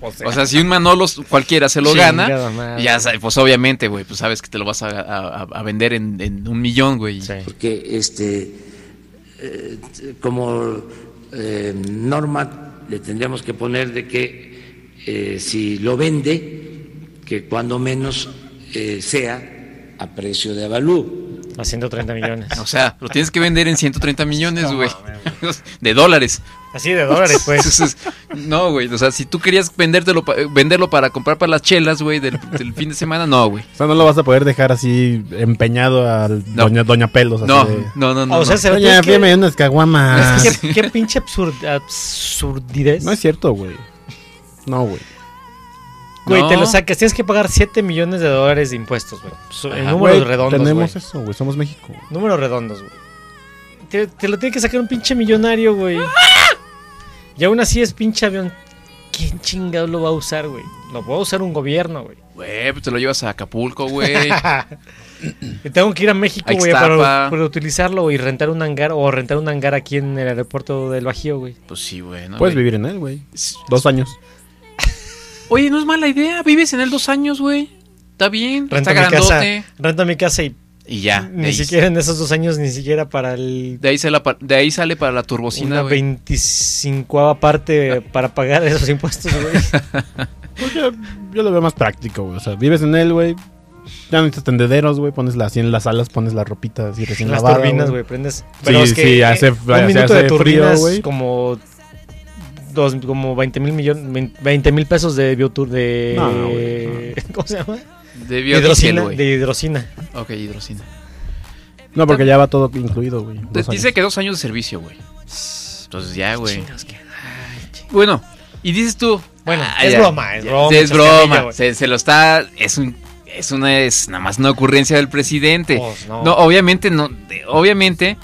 O sea, si un Manolo cualquiera se lo
Chingada
gana,
madre.
ya sa- pues obviamente, güey, pues sabes que te lo vas a, a- a vender en, en un millón, güey.
Porque este eh, como eh, norma le tendríamos que poner de que eh, si lo vende, que cuando menos eh, sea a precio de avalú.
(laughs) A 130 millones.
O sea, lo tienes que vender en 130 millones, güey. (laughs) De dólares.
Así de dólares,
(laughs)
pues.
Entonces, no, güey. O sea, si tú querías vendértelo, pa- eh, venderlo para comprar para las chelas, güey, del, del fin de semana, no, güey.
O sea, no lo vas a poder dejar así empeñado a doña, doña Pelos. así
No,
de-
no, no, no,
O sea, no. se ve
Doña,
que-
fíjame unas caguamas.
Es que, qué, qué pinche absurd- absurdidez.
Ah, No es cierto, güey. No, güey.
Güey, te
No.
lo sacas. Tienes que pagar 7 millones de dólares de impuestos, güey. So- En
Ajá,
números
güey,
redondos.
Tenemos
güey.
eso, güey. Somos México.
Números redondos, güey. Te, te lo tiene que sacar un pinche millonario, güey. Y aún así es pinche avión. ¿Quién chingado lo va a usar, güey? Lo va a usar un gobierno, güey.
Güey, pues te lo llevas a Acapulco,
(laughs)
güey.
Y tengo que ir a México,
A
güey,
Ixtapa.
para, para utilizarlo güey, y rentar un hangar o rentar un hangar aquí en el aeropuerto del Bajío, güey.
Pues sí, güey.
Puedes vivir en él, güey. Dos años.
Oye, no es mala idea. Vives en él dos años, güey. Está bien.
Renta
está
mi casa,
grandote.
renta mi casa y
Y ya.
ni
de ahí-
siquiera en esos dos años ni siquiera para el
De ahí, sale pa- de ahí sale para la turbocina,
una
güey.
25 parte para pagar esos impuestos,
(laughs)
güey.
Porque Pues yo lo veo más práctico, güey. O sea, vives en él, güey. Ya no necesitas tendederos, güey. Pones la- así en las alas, pones la ropita así recién
Las
lavada.
turbinas, güey, prendes.
Sí, sí, hace,
eh,
hace-
un minuto
hace
de
frío,
turbinas
güey.
como dos, como 20 mil millones, 20 mil pesos de biotur de
No,
(laughs) ¿cómo se llama?
De biodiesel,
hidrocina,
güey.
de hidrocina.
Ok, hidrocina.
No, porque ya va todo incluido, güey.
Te-
Dos
Dice que dos años de servicio, güey. Entonces ya, güey. Bueno, y dices tú. ah, Bueno,
es broma, es broma,
Es
chascarrillo,
broma.
güey.
Se, se lo está. Es un. Es una. Es nada más una ocurrencia del presidente.
Pues,
no.
no.
obviamente no. de- Obviamente.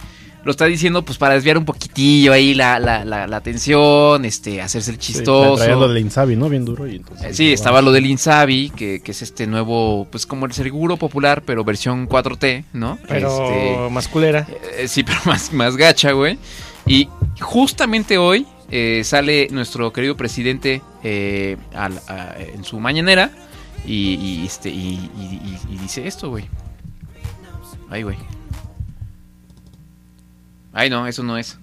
Lo está diciendo pues para desviar un poquitillo ahí la, la, la, la atención, este, hacerse el
Sí,
chistoso.
traía lo del Insabi, ¿no? Bien duro. Y entonces,
Eh, Sí, estaba lo del Insabi, que, que es este nuevo, pues como el seguro popular, pero versión 4T, ¿no?
Pero
Este,
más culera.
eh, sí, (laughs) pero más, más gacha, güey. Y justamente hoy eh, sale nuestro querido presidente eh, al- a- en su mañanera y, y, este, y, y- y- y dice esto, güey. Ay, güey. Ay, no, eso no es.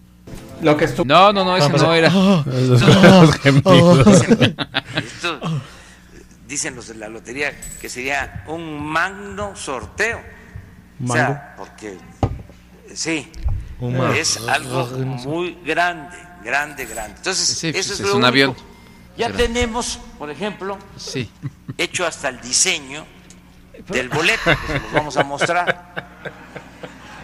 Lo que estuvo-
No, no, no, eso no era.
(gasps) Los- "Ah, (laughs) los
(laughs)
(laughs) gemidos.
Esto dicen los de la lotería que sería un magno sorteo. O sea, porque sí,
Un magno.
es algo muy grande, grande, grande. Entonces,
Sí,
eso
pues,
es,
es,
lo
un
único.
avión.
Ya
Será.
tenemos, por ejemplo,
Sí.
hecho hasta el diseño del boleto que se los vamos a mostrar.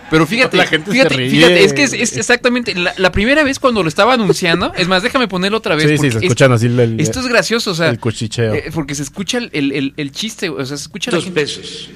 Pero fíjate,
La gente se
fíjate,
ríe.
fíjate, es que es, es exactamente la, la primera vez cuando lo estaba anunciando. Es más, déjame ponerlo otra vez.
Sí, sí,
porque
se
es-
escuchan así el- el-
esto es gracioso, o sea.
el cuchicheo.
eh, porque se escucha el, el- el- el chiste, o sea, se escucha.
Dos pesos.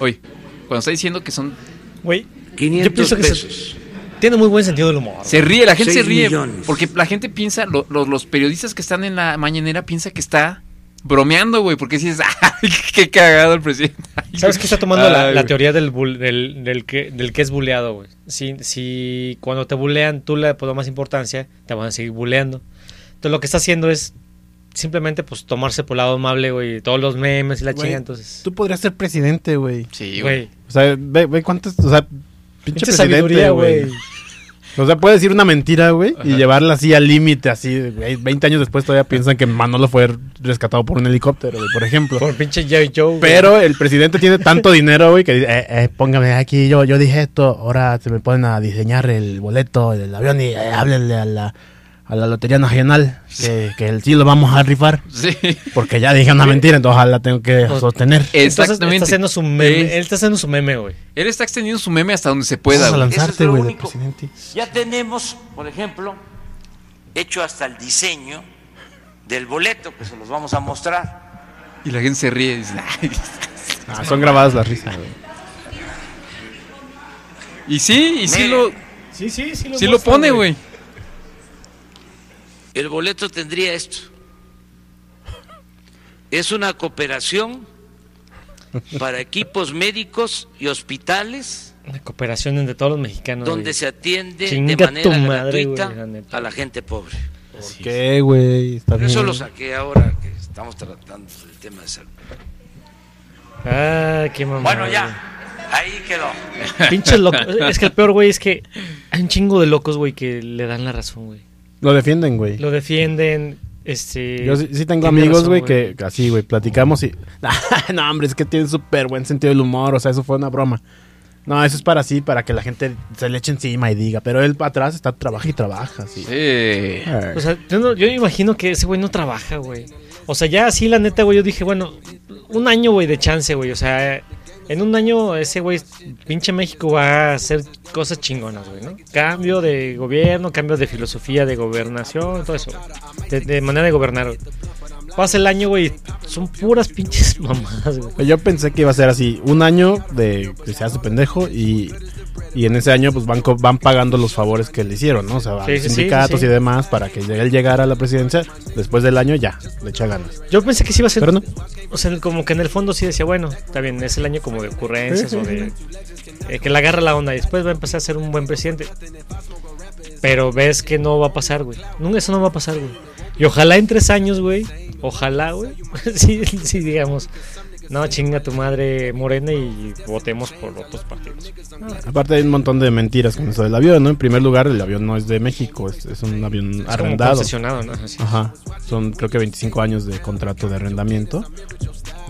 Oye, cuando está diciendo que son.
Güey,
500
yo pienso que se- tiene muy buen sentido del humor.
Se ríe, la gente se
Seis
ríe.
millones.
Porque la gente piensa, lo- los- los periodistas que están en la mañanera piensa que está bromeando, güey. Porque si es, (laughs) ¡ay, qué cagado el presidente! Ay,
¿Sabes qué está tomando
ay,
la, la
güey.
teoría del, bul- del, del que, del que es buleado, güey? Si, si cuando te bulean tú le pones más importancia, te van a seguir buleando. Entonces lo que está haciendo es simplemente pues tomarse por lado amable, güey, todos los memes y la
Güey,
chinga, entonces.
Tú podrías ser presidente, güey.
Sí,
güey.
O sea, ve, ve cuántas. O sea, pinche
Pinche
presidente,
sabiduría,
güey.
güey.
O sea, puedes decir una mentira, güey, y llevarla así al límite, así. güey. 20 años después todavía piensan que Manolo fue rescatado por un helicóptero, güey, por ejemplo.
Por pinche Joe Joe.
Pero el presidente tiene tanto dinero, güey, que dice, eh, eh, póngame aquí, yo, yo dije esto, ahora se me ponen a diseñar el boleto del avión y eh, háblenle a la, a la Lotería Nacional, que, que el sí lo vamos a rifar.
Sí. (laughs)
Porque ya dije una mentira, entonces ojalá tengo que sostener.
Entonces,
Exactamente.
está haciendo su meme. Él está haciendo su meme, güey.
Él está extendiendo su meme hasta donde se pueda.
Vamos a
güey.
lanzarte, güey, de presidente.
Ya tenemos, por ejemplo, hecho hasta el diseño del boleto, que se los vamos a mostrar.
Y la gente se ríe y dice, "Ay".
Ah, son grabadas las risas, güey.
(laughs) Y sí, y sí
Miren.
lo,
Sí, sí, sí
sí lo pone, güey.
El boleto tendría esto. Es una cooperación para equipos médicos y hospitales
Una cooperación entre todos los mexicanos.
donde
güey.
se atiende de
Chinga tu
manera
madre, güey,
gratuita
la neta.
a la gente pobre.
¿Por qué, güey? Está
Pero eso
bien.
lo saqué ahora que estamos tratando el tema de salud.
Ah, qué mamá.
Bueno, ya, ahí quedó.
Pinches locos. Es que el peor, güey, es que hay un chingo de locos, güey, que le dan la razón, güey.
Lo defienden, güey.
Lo defienden. Este.
Yo sí, sí tengo
tiene
amigos,
razón,
güey, que que así, güey, platicamos y... (laughs) no, hombre, es que tienen súper buen sentido del humor, o sea, eso fue una broma. No, eso es para sí, para que la gente se le eche encima y diga, pero él para atrás está, trabaja y trabaja, sí.
Sí.
Ay.
O sea, yo, no- yo me imagino que ese güey no trabaja, güey. O sea, ya así, la neta, güey, yo dije, bueno, un año, güey, de chance, güey. O sea, en un año ese güey, pinche México va a hacer cosas chingonas, güey, ¿no? Cambio de gobierno, cambio de filosofía de gobernación, todo eso. güey. De, de manera de gobernar. güey. Pasa el año, güey, son puras pinches (laughs) mamadas, güey.
Pues Yo pensé que iba a ser así, un año de que se hace pendejo y, y en ese año pues van, co- van pagando los favores que le hicieron, ¿no? O sea, a
Sí,
los
sí, sí,
sindicatos
sí.
y demás para que él llegara a la presidencia, después del año ya, le echa ganas.
Yo pensé que sí iba a ser.
Pero no.
O sea, como que en el fondo sí decía, bueno, está bien, es el año como de ocurrencias o de. eh, que le agarra la onda y después va a empezar a ser un buen presidente. Pero ves que no va a pasar, güey. Nunca eso no va a pasar, güey. Y ojalá en tres años, güey. Ojalá, güey. (laughs) sí, sí, digamos. No, chinga tu madre morena y votemos por otros partidos.
Aparte hay un montón de mentiras con eso del avión, ¿no? En primer lugar, el avión no es de México, es, es un avión
Es como
arrendado.
concesionado, ¿no? Así.
Ajá. Son creo que 25 años de contrato de arrendamiento.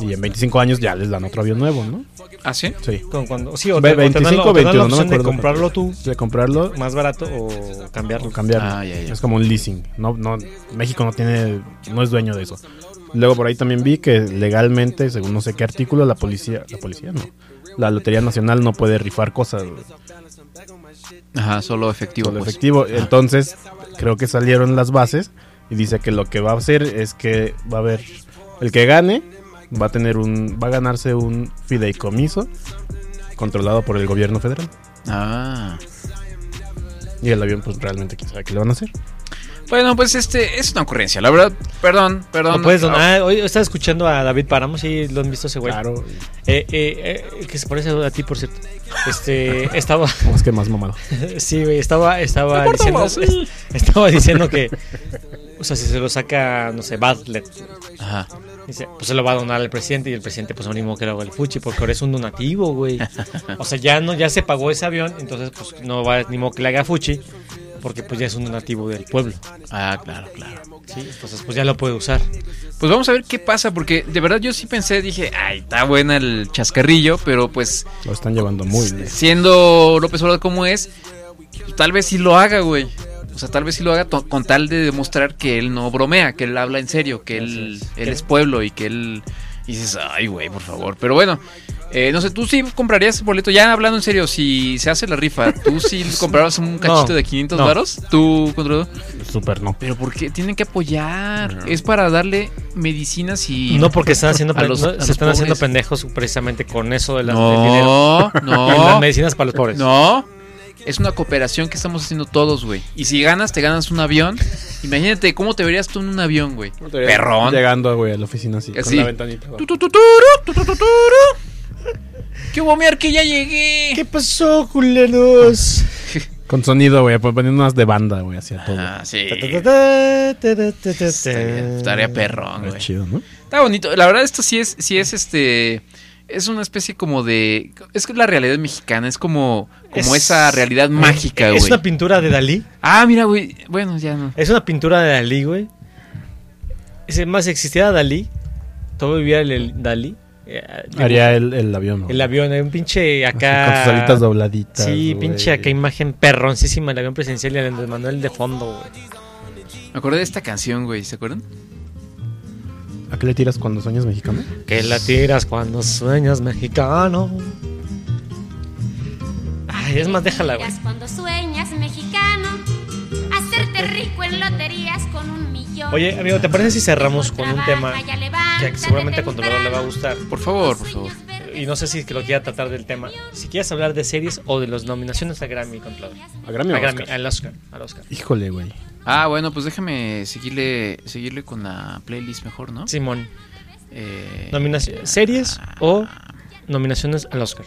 Y en 25 años ya les dan otro avión nuevo, ¿no?
¿Ah, sí?
Sí.
Como cuando, sí, o
Ve-
te, o te dan, la-
25
o te dan la
21, no me
opción de
acuerdo.
comprarlo tú
De comprarlo
más barato o cambiarlo.
o cambiarlo.
Ah, ya, ya.
Es como un leasing. No, no, México no tiene, no es dueño de eso. Luego por ahí también vi que legalmente, según no sé qué artículo, la policía, la policía no. La Lotería Nacional no puede rifar cosas.
Ajá, solo efectivo.
Solo
pues.
efectivo. Entonces, creo que salieron las bases y dice que lo que va a hacer es que va a haber el que gane va a tener un va a ganarse un fideicomiso controlado por el gobierno federal
Ah.
y el avión pues realmente quién sabe qué le van a hacer.
Bueno, pues este es una ocurrencia, la verdad. Perdón, perdón.
No puedes donar. Hoy estaba escuchando a David Paramos y lo han visto ese
Pues,
güey.
Claro,
Eh, eh, eh, que se parece a ti, por cierto. Este, estaba, (laughs)
o es que más mamado.
sí, güey, estaba, estaba diciendo, (laughs) estaba diciendo que, o sea, si se lo saca, no sé, Bartlett,
Ajá.
dice, pues se lo va a donar al presidente y el presidente, pues ánimo que lo haga el fuchi, porque ahora es un donativo, güey. O sea, ya no, ya se pagó ese avión, entonces, pues no va ni modo que le haga fuchi, porque pues ya es un donativo del pueblo,
Ah, claro, claro.
sí. Entonces, pues ya lo puede usar.
Pues vamos a ver qué pasa, porque de verdad yo sí pensé, dije, ay, está buena el chascarrillo, pero pues
Lo están llevando muy lejos.
siendo López Obrador como es, pues, tal vez sí lo haga, güey. O sea, tal vez sí lo haga to- con tal de demostrar que él no bromea, que él habla en serio, que él,
Así es.
él es pueblo y que él... Y dices, ay, güey, por favor. Pero bueno, eh, no sé, tú sí comprarías el boleto. Ya hablando en serio, si se hace la rifa, ¿tú (laughs) sí comprabas un cachito de 500
no.
varos? ¿Tú, controlador?
Super no.
Pero porque tienen que apoyar. Es para darle medicinas y.
No, porque están haciendo
A
pen-
los-
no,
a los
se están haciendo
pobres.
pendejos precisamente con eso de las, del dinero.
No, (laughs)
Y las
no.
medicinas para los pobres.
No. Es una cooperación que estamos haciendo todos, güey. Y si ganas, te ganas un avión. Imagínate cómo te verías tú en un avión, güey. Perrón.
Llegando, güey, a la oficina así,
Así.
con la ventanita.
Tu, tu, tu, turu, tu, tu, tu, turu. ¿Qué hubo, mi que ya llegué?
pasó, culeros?
Con sonido, güey, pues poniendo unas de banda, güey, hacia todo.
Ah, sí. este, Estaría,
Estaría
estaría perrón, güey.
chido, ¿no?
Está bonito. La verdad, esto sí es, sí es este. Es una especie como de. Es que la realidad mexicana, es como, como
Es-
esa realidad mágica, güey.
Es una pintura de Dalí.
Ah, mira, güey. Bueno, ya no.
Es una pintura de Dalí, güey. Es más, si existiera Dalí. Todo viviera el, el Dalí. eh,
Haría el, el avión. güey.
el avión, eh, un pinche
Así,
acá.
Con sus alitas dobladitas.
Sí,
güey.
pinche acá imagen perroncísima el avión presidencial y el de Manuel de fondo, güey.
Me acordé de esta canción, güey, ¿se acuerdan?
¿A qué le tiras cuando sueñas mexicano?
Que la tiras cuando sueñas mexicano. Ay, es más, déjala, güey.
Días Cuando sueñas mexicano, hacerte rico en loterías con un millón.
Oye, amigo, ¿te parece si cerramos con un tema
Trabaja, ya
que
levántate
seguramente a
temprano?
Controlador le va a gustar?
Por favor, por favor.
Y no sé si que lo quiera tratar del tema. Si quieres hablar de series o de las nominaciones a Grammy, Controlador.
¿A Grammy o
a
a Oscar?
Al Oscar. Al Oscar.
Híjole, güey.
Ah, bueno, pues déjame seguirle, seguirle con la playlist mejor, ¿no?
Simón.
Eh,
Nominaci- ¿Series o nominaciones al Oscar?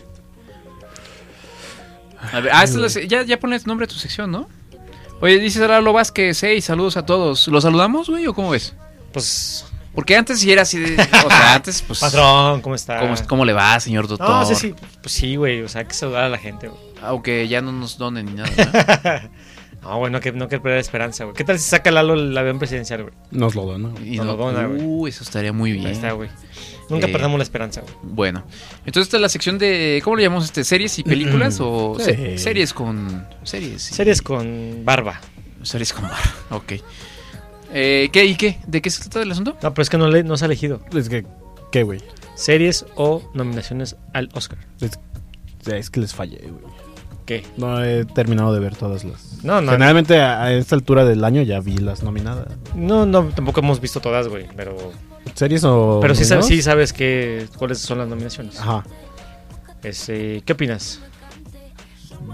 A ver, ah, esta es la se- ya, ya pones nombre a tu sección, ¿no? Oye, dice Lalo Vázquez, hey, saludos a todos. ¿Los saludamos, güey, o cómo ves?
Pues...
Porque antes sí era así de... O
(laughs)
sea, antes, pues...
Patrón, ¿cómo está?
¿Cómo, cómo le va, señor doctor?
No, sí, sí. Pues sí, güey. O sea, hay que saludar a la
(laughs)
gente, güey.
Aunque ya no nos donen ni nada,
(laughs)
¿verdad?
No, güey, no que, no que perder esperanza, güey. ¿Qué tal si saca Lalo el avión presidencial, güey?
Nos lo dona. güey.
Y
No lo dona, güey.
Uh, eso estaría muy bien.
Ahí está, güey. Nunca
Eh,
perdamos la esperanza, güey.
Bueno, entonces esta es la sección de... ¿Cómo le llamamos este? ¿Series y películas? ¿O
Sí.
se- series con... Series? y-
Mm, Series con barba.
Series con bar. (laughs) Ok. Eh, ¿Qué y qué? ¿De qué se trata el asunto?
No, pero es que no, le, no se ha elegido.
Es que, ¿qué, güey?
Series o nominaciones al Oscar.
Es que les fallé, güey.
¿Qué?
No he terminado de ver todas las.
No, no.
Generalmente a, a esta altura del año ya vi las nominadas.
No, no, tampoco hemos visto todas, güey. Pero,
¿Series o.?
pero sí, sabes,
nominados?
sí sabes que, cuáles son las nominaciones.
Ajá.
Este, ¿Qué opinas?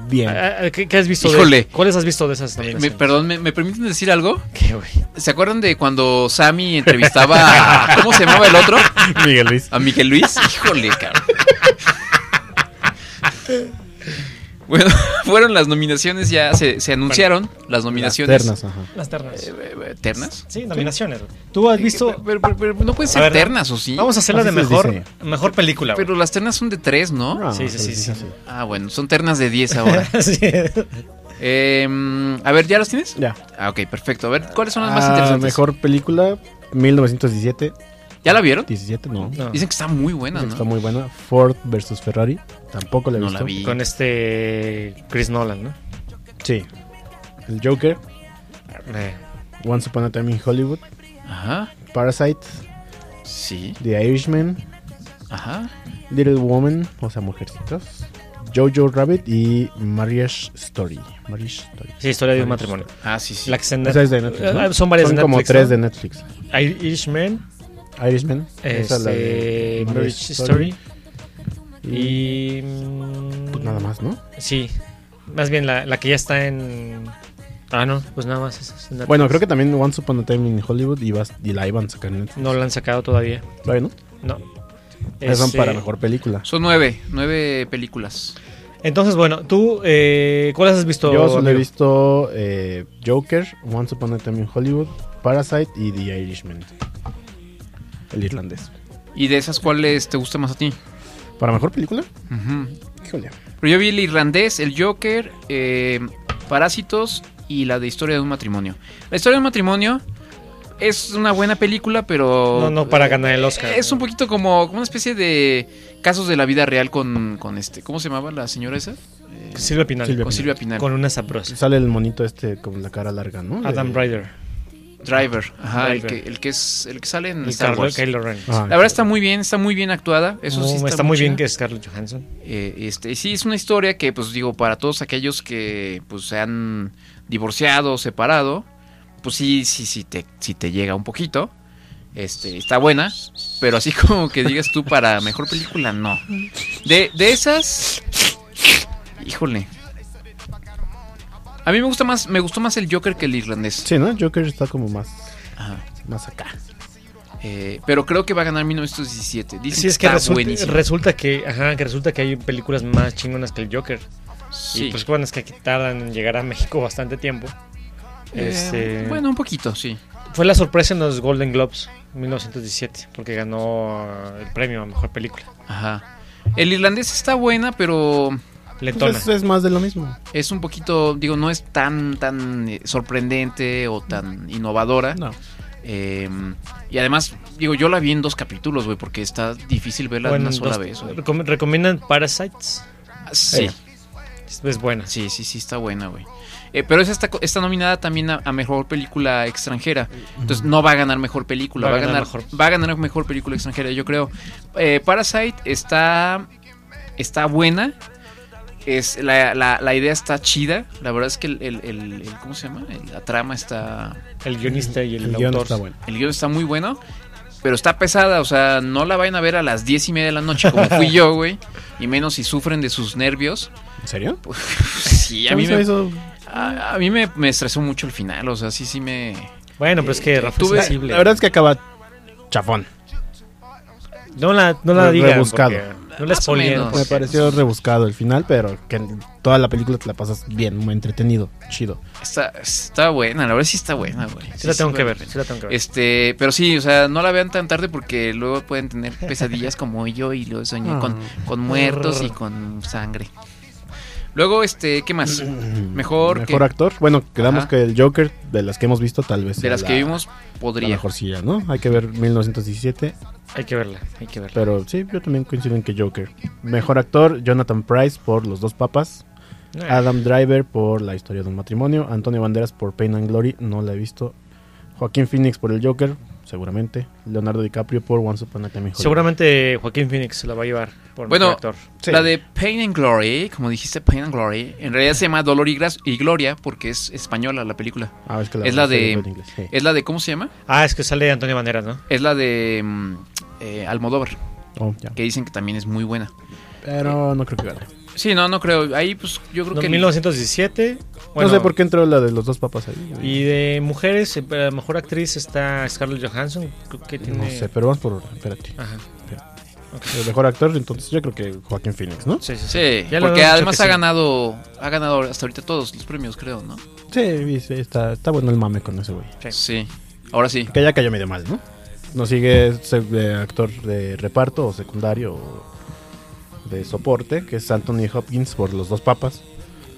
Bien.
Ah, ah, ¿Qué, qué has visto? de-
Híjole. Eh,
¿Cuáles has visto de esas
Me,
nominaciones?
perdón, ¿me, me permiten decir algo?
¿Qué, güey?
¿Se acuerdan de cuando Sammy entrevistaba
(laughs)
a... (laughs) ¿Cómo se llamaba el otro?
Miguel Luis.
¿A Miguel Luis? Híjole, cabrón. (laughs) Bueno, (laughs) fueron las nominaciones, ya se, se anunciaron las nominaciones.
Ternas, ajá.
Las ternas.
Eh, eh, ¿Ternas? Eh,
sí, nominaciones, güey. ¿Tú has visto...?
Pero, pero- pero no pueden ser
ver,
ternas, ¿o sí?
Vamos a hacerla
Así
de
se les
mejor,
dice.
mejor película, güey.
Pero las ternas son de tres, ¿no?
Ah,
Sí, sí,
se
sí,
les
sí.
dice así.
Ah, bueno, son ternas de diez ahora.
(laughs) Sí.
Eh, mm, a ver, ¿ya las tienes?
Ya.
Ah, ok, perfecto. A ver, ¿cuáles son las más
Ah,
interesantes?
Mejor película, 1917.
¿Ya la vieron?
17, no. Dicen
No.
Dicen que está muy buena,
que Está
¿no?
muy buena. Ford versus Ferrari. Tampoco la he
No
visto.
la vi.
Con este Chris Nolan, ¿no?
Sí. El Joker.
Eh,
Once Upon a Time in Hollywood.
Ajá,
Parasite.
sí,
The Irishman.
ajá.
Little Woman. O sea, mujercitas. Jojo Rabbit y Marriage Story. Marriage Story.
sí, historia de un matrimonio.
Ah, sí, sí.
La que se-
Esa es de Netflix. ¿no?
Ah, Son varias
Son
de
como
Netflix,
tres
¿no?
de Netflix.
Irishman,
Irishman. esa es
este,
la de
Marriage Story
Y.
y... mm,
Pues nada más, ¿no?
Sí, más bien la, la que ya está en... Ah, no, pues nada más. esa es en Netflix.
Bueno, creo que también Once Upon a Time in Hollywood y, vas- y la iban a sacar en Netflix.
No la han sacado todavía,
Todavía no.
no.
Esas son
Este,
para mejor película.
Son nueve, nueve películas.
Entonces, bueno, tú, eh, ¿cuáles has visto?
Yo solo he
amigo?
visto eh, Joker, Once Upon a Time in Hollywood, Parasite y The Irishman. El irlandés.
¿Y de esas cuáles te gusta más a ti?
¿Para mejor película?
Ujú.
Híjole.
Pero yo vi el irlandés, el Joker, eh, Parásitos y la de Historia de un matrimonio. La historia de un matrimonio es una buena película, pero...
No, no, para ganar el Oscar.
Eh, Es un poquito como, como una especie de casos de la vida real con, con este... ¿Cómo se llamaba la señora esa? Eh,
Silvia Pinal.
Silvia
con Silvia Pinal.
Con una sabrosa.
Sale el monito este con la cara larga, ¿no? Eh,
Adam
De-
Ryder.
Driver. Ajá,
Driver.
El, que, el, que es, el que sale en
Y
Star
Carlo-
Wars.
Kylo Ren.
Ah,
La verdad está muy bien, está muy bien actuada. Eso
Muy-
sí
está,
está,
muy
chida.
bien que Scarlett Johansson.
Eh, este, sí, es una historia que, pues digo, para todos aquellos que pues se han divorciado, separado, pues sí, sí, sí te, sí te llega un poquito. Este, está buena, pero así (laughs) como que digas tú para mejor película, no. De, de esas. Híjole. A mí me gusta más, me gustó más el Joker que el irlandés.
Sí, ¿no? Joker está como más,
Ajá.
más acá. Pues
Eh, pero creo que va a ganar 1917. Dicen
Sí, es
que
que
está
resulta,
buenísimo.
resulta que, ajá, que resulta que hay películas más chingonas que el Joker.
Sí.
Y pues bueno, es que aquí tardan en llegar a México bastante tiempo.
Eh,
Este,
Bueno, un poquito, sí.
Fue la sorpresa en los Golden Globes 1917, porque ganó eh, el premio a mejor película.
Ajá. El irlandés está buena, pero Pues
Lentona.
Entonces es más de lo mismo.
es un poquito, digo, no es tan, tan eh, sorprendente o tan innovadora.
No.
Eh, y además, digo, yo la vi en dos capítulos, güey, porque está difícil verla de
Bueno,
una sola
dos-
vez. güey.
recom- ¿Recomiendan Parasites?
Sí.
Eh.
Es, buena. Sí, sí, sí, está buena, güey. Eh, pero esa está, co- está nominada también a, a mejor película extranjera. Entonces no va a ganar mejor película. Va, a ganar, va a ganar mejor película extranjera, yo creo. Eh, Parasite está, está buena. Es, la, la- la idea está chida. La verdad es que el, el- el- el- ¿cómo se llama? El- la trama está.
El guionista y el El
guion
guion autor. está bueno.
El guion está muy bueno. Pero está pesada, o sea, no la vayan a ver a las diez y media de la noche como (laughs) fui yo, güey. Y menos si sufren de sus nervios. (laughs)
¿En serio?
sí, a
¿Cómo
mí,
se
me,
hizo?
a, a mí me, me estresó mucho el final, o sea, sí, sí me...
Bueno, pero es que Rafa es
tuve-
sensible.
La verdad es que acaba chafón.
No la, no la digan.
Rebuscado.
porque No la
Más o
spoileen,
menos.
porque-
Me pareció rebuscado el final, pero que toda la película te la pasas bien, muy entretenido, chido.
Está, está buena, la verdad sí está buena, güey.
Sí la tengo
sí
que
vale
ver,
pena.
sí la tengo que ver.
Este, pero sí, o sea, no la vean tan tarde porque luego pueden tener pesadillas como yo y luego soñé con,
Ah.
con muertos y con sangre. Luego, este, ¿qué más? Mejor,
Mejor
que-
actor. Bueno, quedamos
Ajá.
que el Joker, de las que hemos visto, tal vez.
De
sea
las que
la-
vimos, podría.
La mejorcilla, ¿no? Hay que ver 1917.
Hay que verla, hay que verla.
Pero sí, yo también coincido en que Joker. Mejor actor, Jonathan Price por Los dos papas.
Ah.
Adam Driver por La historia de un matrimonio. Antonio Banderas por Pain and Glory, no la he visto. Joaquín Phoenix por El Joker, seguramente. Leonardo DiCaprio por Once Upon a Time in Hollywood.
Seguramente Joaquín Phoenix se la va a llevar por
Bueno,
mejor actor.
la de Pain and Glory, como dijiste, Pain and Glory, en realidad se llama Dolor y, Gras- y Gloria porque es española la película.
Ah, es que la
es la
verdad
de,
salió en inglés, sí.
es la de, ¿cómo se llama?
Ah, es que sale Antonio Banderas, ¿no?
Es la de mm, eh, Almodóvar,
Oh, ya.
que dicen que también es muy buena.
Pero no creo que gane.
Sí, no, no creo. Ahí, pues, yo creo que... el-
1917. Bueno,
no sé por qué entró la de Los dos papas ahí.
Este, Y de mujeres, eh, la mejor actriz está Scarlett Johansson. Creo que tiene...
No sé, pero vamos por orden, espérate.
Ajá.
Espérate. El mejor actor, entonces yo creo que Joaquín Phoenix, ¿no?
Sí, sí,
Sí,
Ya lo
porque
habíamos
además
dicho
ha
que sí.
ganado ha ganado hasta ahorita todos los premios, creo, ¿no?
Sí, sí, está, está bueno el mame con ese güey.
Sí. Ahora sí.
Que ya cayó medio mal, ¿no? Nos sigue se- eh, actor de reparto o secundario o de soporte, que es Anthony Hopkins por Los Dos Papas,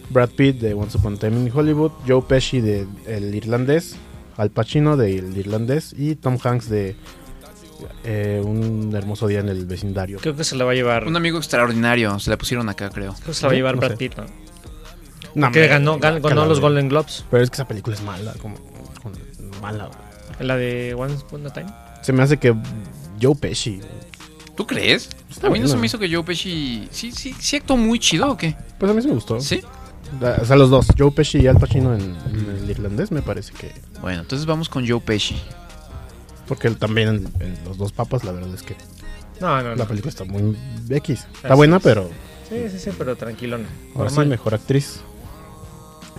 Brad Pitt de Once Upon a Time in Hollywood, Joe Pesci de El Irlandés, Al Pacino de El Irlandés y Tom Hanks de eh, Un Hermoso Día en el Vecindario.
Creo que se la va a llevar.
Un amigo extraordinario, se la pusieron acá, creo.
Creo que se la va a llevar
No
Brad
sé. Ah,
Pitt, ¿no?
No,
que
hombre,
ganó, gan- ganó
guácala,
los
güey.
Golden Globes.
Pero es que esa película es mala, como, como mala. güey.
La de One Upon a Time.
Se me hace que Joe Pesci.
¿Tú crees?
Está
Ah,
a mí no se
bueno.
me hizo que Joe Pesci... Sí, sí, sí actuó muy chido, ¿o qué?
Pues a mí sí me gustó.
¿Sí?
Da- O sea, los dos, Joe Pesci y Al Pacino en, en el irlandés, me parece que.
Bueno, entonces vamos con Joe Pesci.
Porque él también en, en Los Dos Papas, la verdad es que
No, no, no.
la película está muy X. Está
Así
buena,
es.
pero
Sí, sí, sí, pero tranquilo. No.
ahora sí,
Normal.
mejor actriz.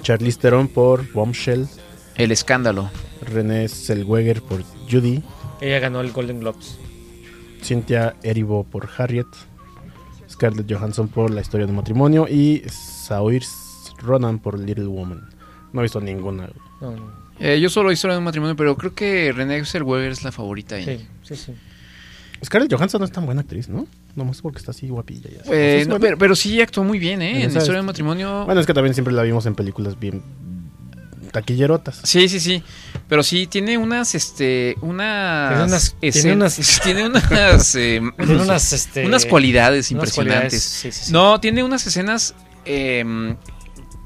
Charlize Theron por Bombshell.
El escándalo.
René Zellweger por Judy.
Ella ganó el Golden Globes.
Cynthia Erivo por Harriet. Scarlett Johansson por La historia de un matrimonio. Y Saoirse Ronan por Little Woman. No he visto ninguna.
No, no.
Eh, yo solo historia de un matrimonio, pero creo que René Zellweger es la favorita ahí. Eh,
Sí, sí, sí.
Scarlett Johansson no es tan buena actriz, ¿no? Nomás porque está así guapilla. Ya.
Eh,
Pues
Sí, es
no,
buena.
pero, pero sí actuó muy bien, ¿eh? En
esa
historia
es-
de un matrimonio...
Bueno, es que también siempre la vimos en películas bien taquillerotas.
(laughs)
Sí, sí, sí. Pero sí, tiene unas, este, unas...
Tiene unas- tiene
escenas-
unas-
(laughs) tiene
(laughs)
unas, eh,
Tiene unas, este,
unas cualidades
unas
impresionantes.
cualidades, sí, sí, sí.
No, tiene unas escenas, eh,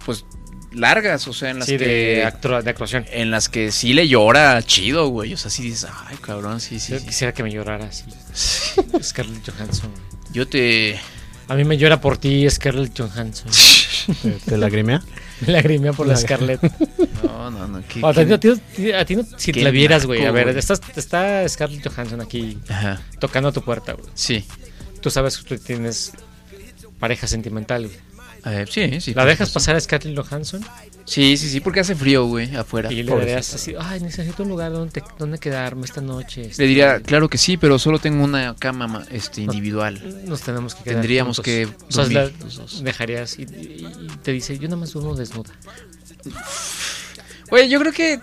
pues, largas, o sea, en las
Sí,
que...
de, actua- de actuación.
En las que sí le llora chido, güey. O sea, sí dices, ay, cabrón, sí, sí.
Yo
sí.
quisiera que me llorara
(laughs)
así. Scarlett Johansson.
Yo
(laughs)
te...
A mí me llora por ti, Scarlett
(laughs)
Johansson.
¿Te,
(laughs)
te lagrimea?
Me lagrimea por la
La-
Scarlett.
No, no, no. ¿qué-
O, a ti
qué-
no- a ti no- a ti no- si
qué
la vieras, güey.
naco,
A ver,
güey.
estás, está Scarlett Johansson aquí
Ajá.
tocando a tu puerta, güey.
Sí.
Tú sabes que tú tienes pareja sentimental, güey.
Eh, sí, sí.
¿La
por
dejas
supuesto.
pasar a Scarlett Johansson?
Sí, sí, sí, porque hace frío, güey, afuera.
Y le
Pobrecito.
darías así, ay, necesito un lugar donde, te- donde quedarme esta noche. este,
Le diría, claro que sí, pero solo tengo una cama ma- este,
No-
individual.
Nos tenemos que quedar
Tendríamos
juntos".
que
O sea, la-
dormir los dos.
dejarías y, y- y te dice, yo nada más duermo desnuda.
Güey, yo creo
(laughs)
que.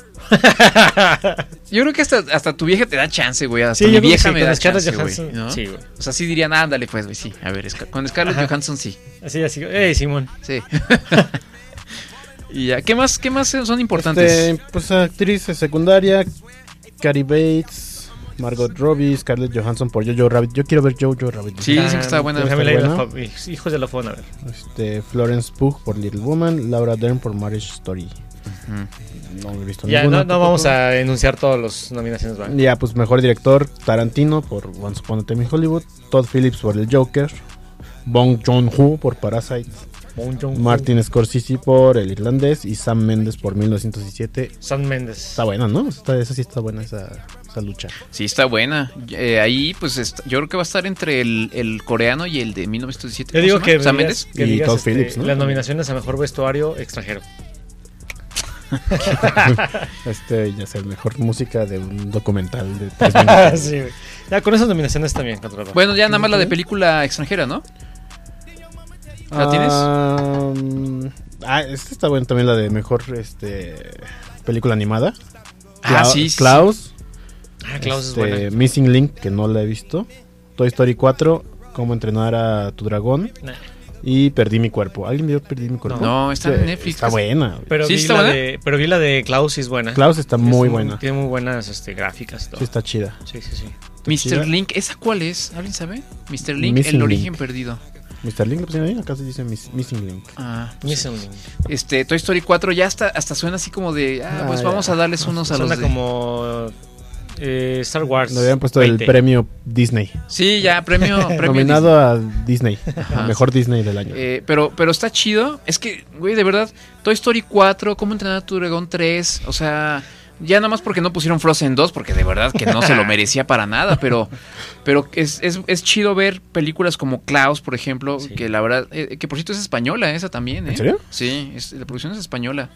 yo creo que hasta, hasta tu vieja te da chance, güey. Hasta
Sí, yo
mi
creo que
vieja
sí,
me
con
da
Scarlett
chance, güey.
Johansson,
¿no?
sí, güey.
O sea, sí dirían, ándale, pues, güey, sí. A ver, Scar- con Scarlett
Ajá.
Johansson sí.
Así, así, hey, Simón.
Sí. (laughs) y ya, ¿qué más,
Este, em,
qué más son importantes?
Este, pues actriz secundaria, Cary Bates, Margot Robbie, Scarlett Johansson por Jojo Rabbit. Yo quiero ver Jojo Rabbit.
Sí, dicen que está buena.
Está
Déjame leer la
buena.
fa- mis Hijos de la Fona, a ver.
Este, Florence Pugh por Little Woman, Laura Dern por Marriage Story. No he visto
Ya,
ninguna.
no, no vamos a enunciar todas las nominaciones. ¿va?
Ya, pues mejor director, Tarantino por Once Upon a Time in Hollywood, Todd Phillips por El Joker, Bong Joon-ho por Parasite,
Bong Joon-ho.
Martin Scorsese por El Irlandés y Sam Mendes por 1917.
Sam Mendes. Está
buena, ¿no? Está, esa sí está buena, esa, esa lucha.
Sí, está buena. Eh, ahí, pues, est- yo creo que va a estar entre el, el coreano y el de 1917.
Yo
¿Cómo
digo
se
que,
llama? ¿Sam
digas-
Mendes?
que digas, este, las nominaciones a mejor vestuario
(laughs)
extranjero.
este, ya sé, mejor música de un documental de
(laughs)
tres minutos.
Sí, güey. ya, con esas nominaciones también. controlado.
Bueno, ya nada más la de película extranjera, ¿no? ¿La
Ah, mm, Ah, esta está buena también la de mejor este, película animada.
Ah,
Clau-
sí, sí.
Klaus.
Ah, Klaus es
Este,
buena.
Missing Link, que no la he visto. Toy Story 4, Cómo entrenar a tu dragón.
Nah.
Y Perdí mi cuerpo. ¿Alguien vio Perdí mi cuerpo?
No, está en
Sí,
Netflix.
Está buena.
Pero, vi la de, pero vi la de Klaus y es buena.
Klaus está
Es
muy buena.
Tiene muy buenas este, gráficas. y todo.
Sí, está chida.
Sí, sí, sí.
Mr. Link, ¿esa cuál es? ¿Alguien sabe? Mr. Link,
Missing
el origen
Link.
perdido.
Mr. Link, pues, ¿no? acá se dice Miss- Missing Link.
Ah,
Missing Link.
Este, Toy Story 4 ya hasta, hasta suena así como de, ah,
Ah,
pues
ya.
vamos a darles unos a
Suena
los de...
como eh, Star Wars.
Pues,
Le habían puesto el
20.
premio Disney.
Sí, ya,
(laughs)
premio... premio
Nominado a Disney.
Ajá.
a Mejor Disney del año.
Eh, pero, pero está chido. Es que, güey, de verdad, Toy Story 4, ¿Cómo entrenar a tu dragón 3? O sea, ya nada más porque no pusieron Frozen 2, porque de verdad que no
(laughs)
se lo merecía para nada. Pero, pero es, es, es chido ver películas como Klaus, por ejemplo, que la verdad, eh, que por cierto es española esa también. ¿eh?
¿En serio?
Sí, es- la producción es española.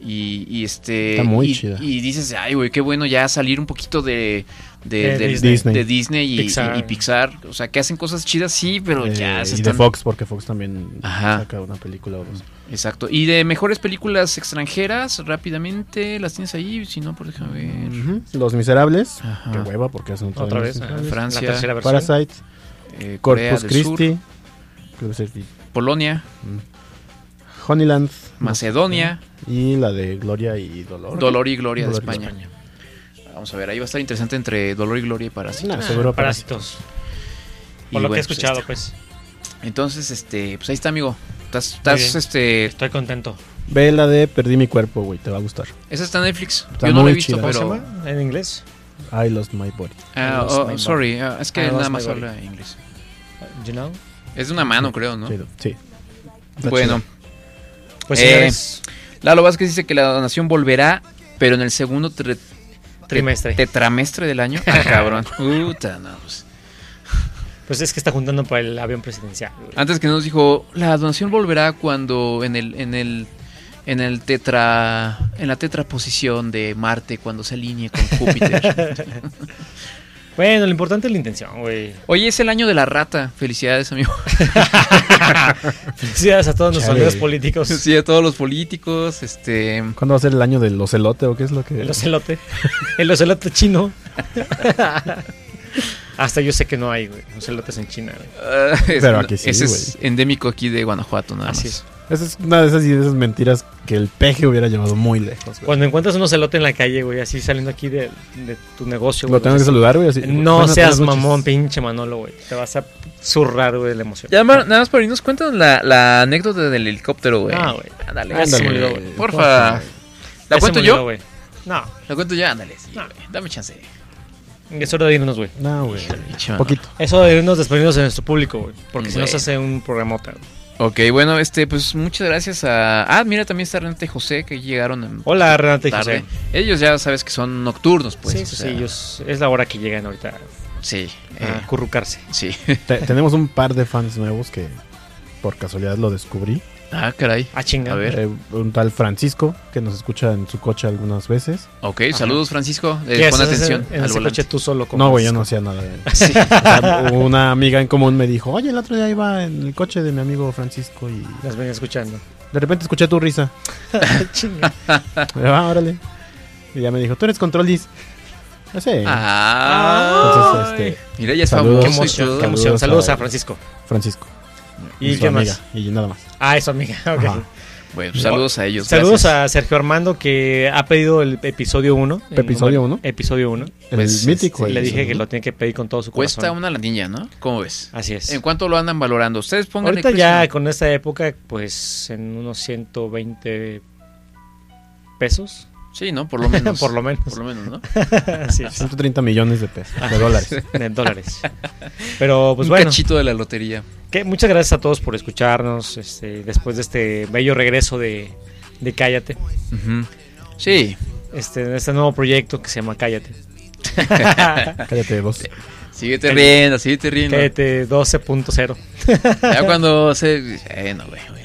Y, y este.
Está muy
y,
chida.
Y dices, ay, güey, qué bueno ya salir un poquito de. De,
Eh, De
del-
Disney.
de Disney y y- y Pixar.
Pixar.
o sea, que hacen cosas chidas, sí, pero
Eh,
ya se
y de
están-
Fox, porque Fox también
Ajá.
saca una película o dos.
Exacto. Y de mejores películas extranjeras, rápidamente, las tienes ahí, si no, por déjame ver.
Ujú. Los Miserables, que hueva porque hacen otra,
Otra
vez.
vez,
Los
ah,
ajá.
Miserables.
Francia. La tercera versión.
Parasite,
Eh, Corea
Corpus
del
Christi, Club Serpi-
Polonia,
Honeyland,
Macedonia,
y la de Gloria y Dolor.
Dolor y Gloria
Dolor
de España. Vamos a ver, ahí va a estar interesante entre Dolor y Gloria y Parásitos.
Ah, seguro Parásitos. Por lo que he escuchado,
este.
pues.
Entonces, este, pues ahí está, amigo. Estás, estás,
bien.
este...
Estoy contento.
Ve la de Perdí mi cuerpo, güey, te va a gustar.
Esa está en Netflix.
Está
Yo no la
muy
he visto,
chida.
pero...
¿Cómo se
¿En inglés?
I lost my body.
Ah,
I lost
oh,
my
sorry,
body.
ah, es que
I
él
lost
nada
my
más
body.
habla inglés.
You know?
Es de una mano, creo, ¿no?
Sí. sí. Está
Bueno.
Pues,
Eh,
señores.
Lalo Vázquez dice que la donación volverá, pero en el segundo tre-
Trimestre.
te- Tetramestre del año. Ah, cabrón. (laughs) Puta, no, pues.
Pues es que está juntando para el avión presidencial.
Antes que nos dijo, la donación volverá cuando en el, en el, en el tetra, en la tetraposición de Marte, cuando se alinee con
(laughs)
Júpiter.
Bueno, lo importante es la intención, güey.
Hoy es el año de la rata. Felicidades, amigo.
Felicidades a todos nuestros
Chale.
amigos políticos.
Sí, a todos los políticos, este...
¿Cuándo va a ser el año del ocelote o qué es lo que...?
El ocelote. El ocelote chino. Hasta yo sé que no hay, güey. Ocelotes en China, güey.
ah, es-
Pero aquí sí,
Ese es endémico aquí de Guanajuato, nada
Así
más.
Esa es una de esas, de esas mentiras que el peje hubiera llevado muy lejos, güey.
Cuando encuentras un ocelote en la calle, güey, así saliendo aquí de, de tu negocio,
Lo
güey.
tengo
vas
que
a-
saludar, güey, así.
No
Buenas
seas
tardes, noches.
mamón, pinche Manolo, güey. Te vas a zurrar, güey, de la emoción.
Ya, ma- nada más para irnos, cuéntanos la, la anécdota del helicóptero, güey.
Ah, güey.
Ándale,
Ya se
ándale,
me olvidó,
güey.
güey.
Porfa.
Ya se
¿La
me
cuento
olvidó,
yo?
güey. No.
¿La cuento yo? Ándale. sí, güey. Dame chance.
Es hora de irnos, güey.
No, güey.
Manolo.
Poquito.
Es hora de irnos despedidos de nuestro público, güey. Porque si no
Güey.
se hace un programota, güey.
Ok, bueno, este, pues muchas gracias a. Ah, mira, también está Renate y José que llegaron. En...
Hola, Renate y
tarde.
José.
Ellos ya sabes que son nocturnos, pues.
sí,
o
sí,
sea,
sí, Ah. ellos- es la hora que llegan ahorita
Sí.
a
eh,
currucarse.
sí. (laughs)
Te- tenemos un par de fans nuevos que por casualidad lo descubrí.
Ah, caray.
Ah, chinga.
A ver.
Eh, un tal Francisco que nos escucha en su coche algunas veces.
Ok,
Ajá.
saludos, Francisco. Eh,
¿Qué
pon
haces
atención
en- en
al
ese
volante.
coche tú solo con
No, güey, yo no
Francisco?
hacía nada. güey.
Sí.
O
(laughs)
sea, una amiga en común me dijo, oye, el otro día iba en el coche de mi amigo Francisco y
Las venía escuchando.
de repente escuché tu risa.
Chinga.
Y yo, "Ah, órale. Y ya me dijo, tú eres controlis. No sé.
Ah.
Entonces, este,
Mira, ya es
saludos,
famoso.
Qué
y
emoción,
todo.
qué emoción. Saludos a Francisco.
Francisco.
¿Y
su
qué
amiga,
más?
Y nada más.
Ah, eso, amiga. ok.
Ajá.
Bueno, pues, saludos a ellos.
Saludos
gracias.
a Sergio Armando que ha pedido el episodio 1.
¿Episodio
uno? Episodio 1.
El mítico
Pues, este, Le dije
episodio
que
uno.
lo tiene que pedir con todo su corazón.
Cuesta una ladilla, ¿no? ¿Cómo ves?
Así es.
¿En cuánto lo andan valorando? Ustedes pongan
Ahorita ya con esta época, pues en unos 120 pesos.
Sí, ¿no? Por lo menos.
(laughs) Por lo menos.
Por lo menos, ¿no?
Así es.
130 millones de pesos,
Así
de
es, (laughs)
dólares.
De dólares. Pero pues
Un
bueno.
cachito de la lotería.
Que muchas gracias a todos por escucharnos este, después de este bello regreso de, de Cállate.
Sí.
Este, este nuevo proyecto que se llama Cállate.
Cállate
vos.
Síguete riendo, síguete riendo.
Cállate 12.0.
Ya cuando se. Eh, no, güey. bueno.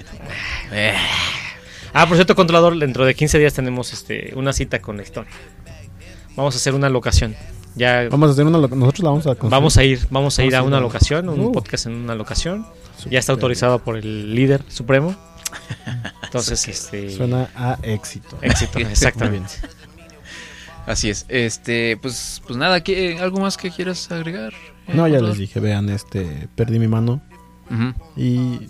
Eh.
Ah, por cierto, controlador, dentro de 15 días tenemos este, una cita con Nextón. Vamos a hacer una locación. Ya
Vamos a hacer una. lo- Nosotros la vamos a construir.
Vamos a ir, vamos a ir a una
hacer
locación, un
Uh.
podcast en una locación. Ya está autorizado por el líder supremo. Entonces, este
Suena a éxito.
éxito, exactamente.
Así es. Este, pues, pues nada, ¿qué- ¿algo más que quieras agregar? eh,
(laughs) No, ya
Contador?
les dije, vean, este, perdí mi mano.
Ujú.
Y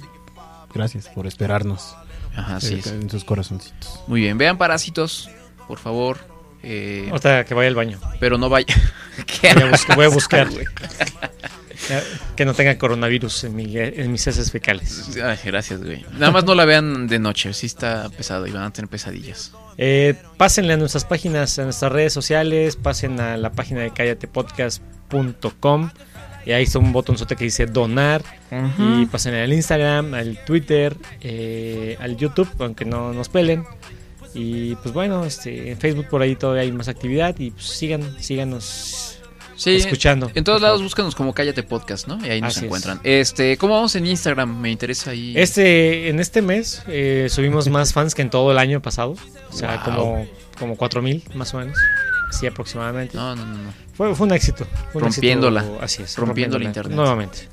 gracias por esperarnos.
Ajá, así
Eh,
es.
En sus corazoncitos.
Muy bien, vean Parásitos, por favor. Eh,
Ahorita que vaya al baño.
Pero no vaya. (laughs) ¿Qué
Voy a, bus- voy a
pasa,
buscar
güey?
Ya, que no tenga coronavirus en, mi- en mis heces fecales.
Ay, gracias, güey. Nada más no la vean de noche, sí está pesado y van a tener pesadillas.
Eh, pásenle a nuestras páginas, a nuestras redes sociales, pasen a la página de callatepodcast.com y ahí está un botonzote que dice donar
Ujú.
y pasen al Instagram, al Twitter, eh, al YouTube, aunque no nos pelen. Y pues bueno, este, en Facebook por ahí todavía hay más actividad y pues sigan, síganos
Sí,
escuchando.
En todos lados búscanos como Cállate Podcast, ¿no? Y ahí nos
Así es.
encuentran. Este, ¿cómo vamos en Instagram? Me interesa ahí.
Este, en este mes eh, subimos más (laughs) fans que en todo el año pasado. O sea,
Wow.
como, como 4000 más o menos. Sí, aproximadamente.
No, no, no. no.
Fue, fue un éxito. fue un
rompiéndola.
éxito, así es.
Rompiendo la internet.
Nuevamente.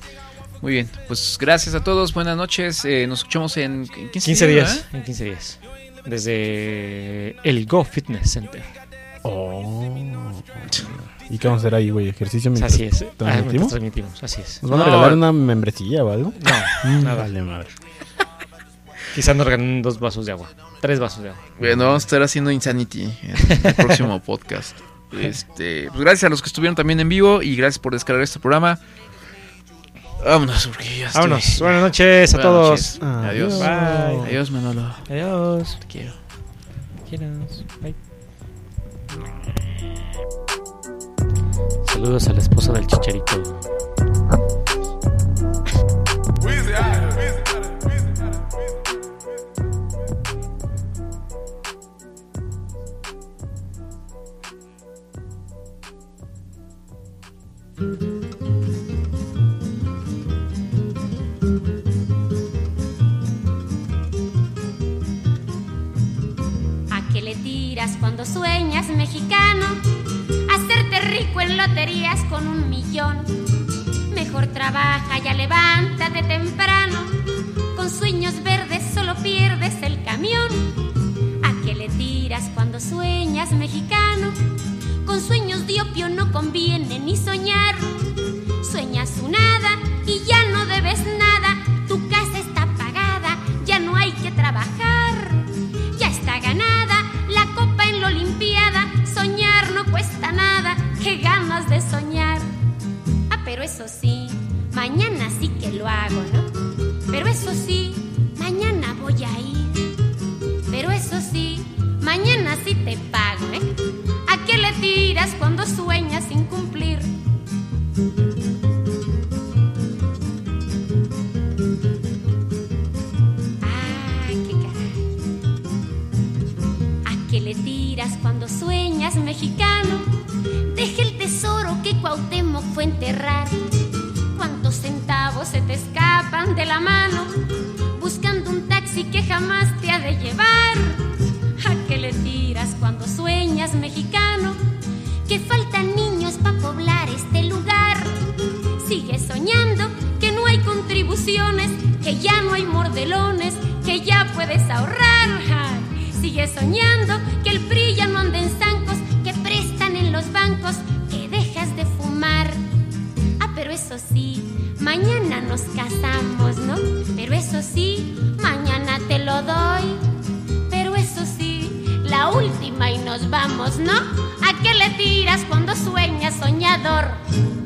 Muy bien. Pues gracias a todos. Buenas noches. Eh, nos escuchamos en en 15,
15
días.
días. En 15 días. Desde el Go Fitness Center.
(laughs) ¿Y qué vamos a hacer ahí, güey? ¿Ejercicio mientras
Oh. Así es. Ah, mientras
transmitimos?
transmitimos, así es.
¿Nos van a
No,
regalar
eh.
una membresía o algo?
No,
(laughs) Mm,
nada.
Vale, madre.
Quizás nos regalen dos vasos de agua. Tres vasos de agua.
Bueno, vamos a estar haciendo Insanity en el (laughs) próximo podcast. Este, pues gracias a los que estuvieron también en vivo y gracias por descargar este programa. Vámonos, porque ya estoy-
Vámonos. Buenas noches a
Buenas
todos.
noches. Adiós.
Bye.
Adiós, Manolo.
Adiós. Te
quiero.
Bye.
Saludos a la esposa del chicharito.
¿A qué le tiras cuando sueñas, mexicano? Hacerte rico en loterías con un millón. Mejor trabaja, ya levántate temprano. Con sueños verdes solo pierdes el camión. ¿A qué le tiras cuando sueñas, mexicano? Con sueños de opio no conviene ni soñar. Sueñas un nada y ya no debes nada. Tu casa está pagada, ya no hay que trabajar. Ya está ganada la copa en la Olimpiada. Soñar no cuesta nada, qué ganas de soñar. Ah, pero eso sí, mañana sí que lo hago, ¿no? Pero eso sí, mañana voy a ir. Pero eso sí, mañana sí te pago, ¿eh? ¿A qué le tiras cuando sueñas sin cumplir? Ah, qué caray. ¿A qué le tiras cuando sueñas, mexicano? Deja el tesoro que Cuauhtémoc fue a enterrar. ¿Cuántos centavos se te escapan de la mano? Buscando un taxi que jamás te ha de llevar. ¿A qué le tiras cuando sueñas, mexicano? Que faltan niños para poblar este lugar. Sigue soñando que no hay contribuciones, que ya no hay mordelones, que ya puedes ahorrar. ¡Ay! Sigue soñando que el PRI ya no anda en zancos, que prestan en los bancos, que dejas de fumar. Ah, pero eso sí, mañana nos casamos, ¿no? Pero eso sí, mañana te lo doy. la última y nos vamos, ¿no? ¿A qué le tiras cuando sueñas, soñador?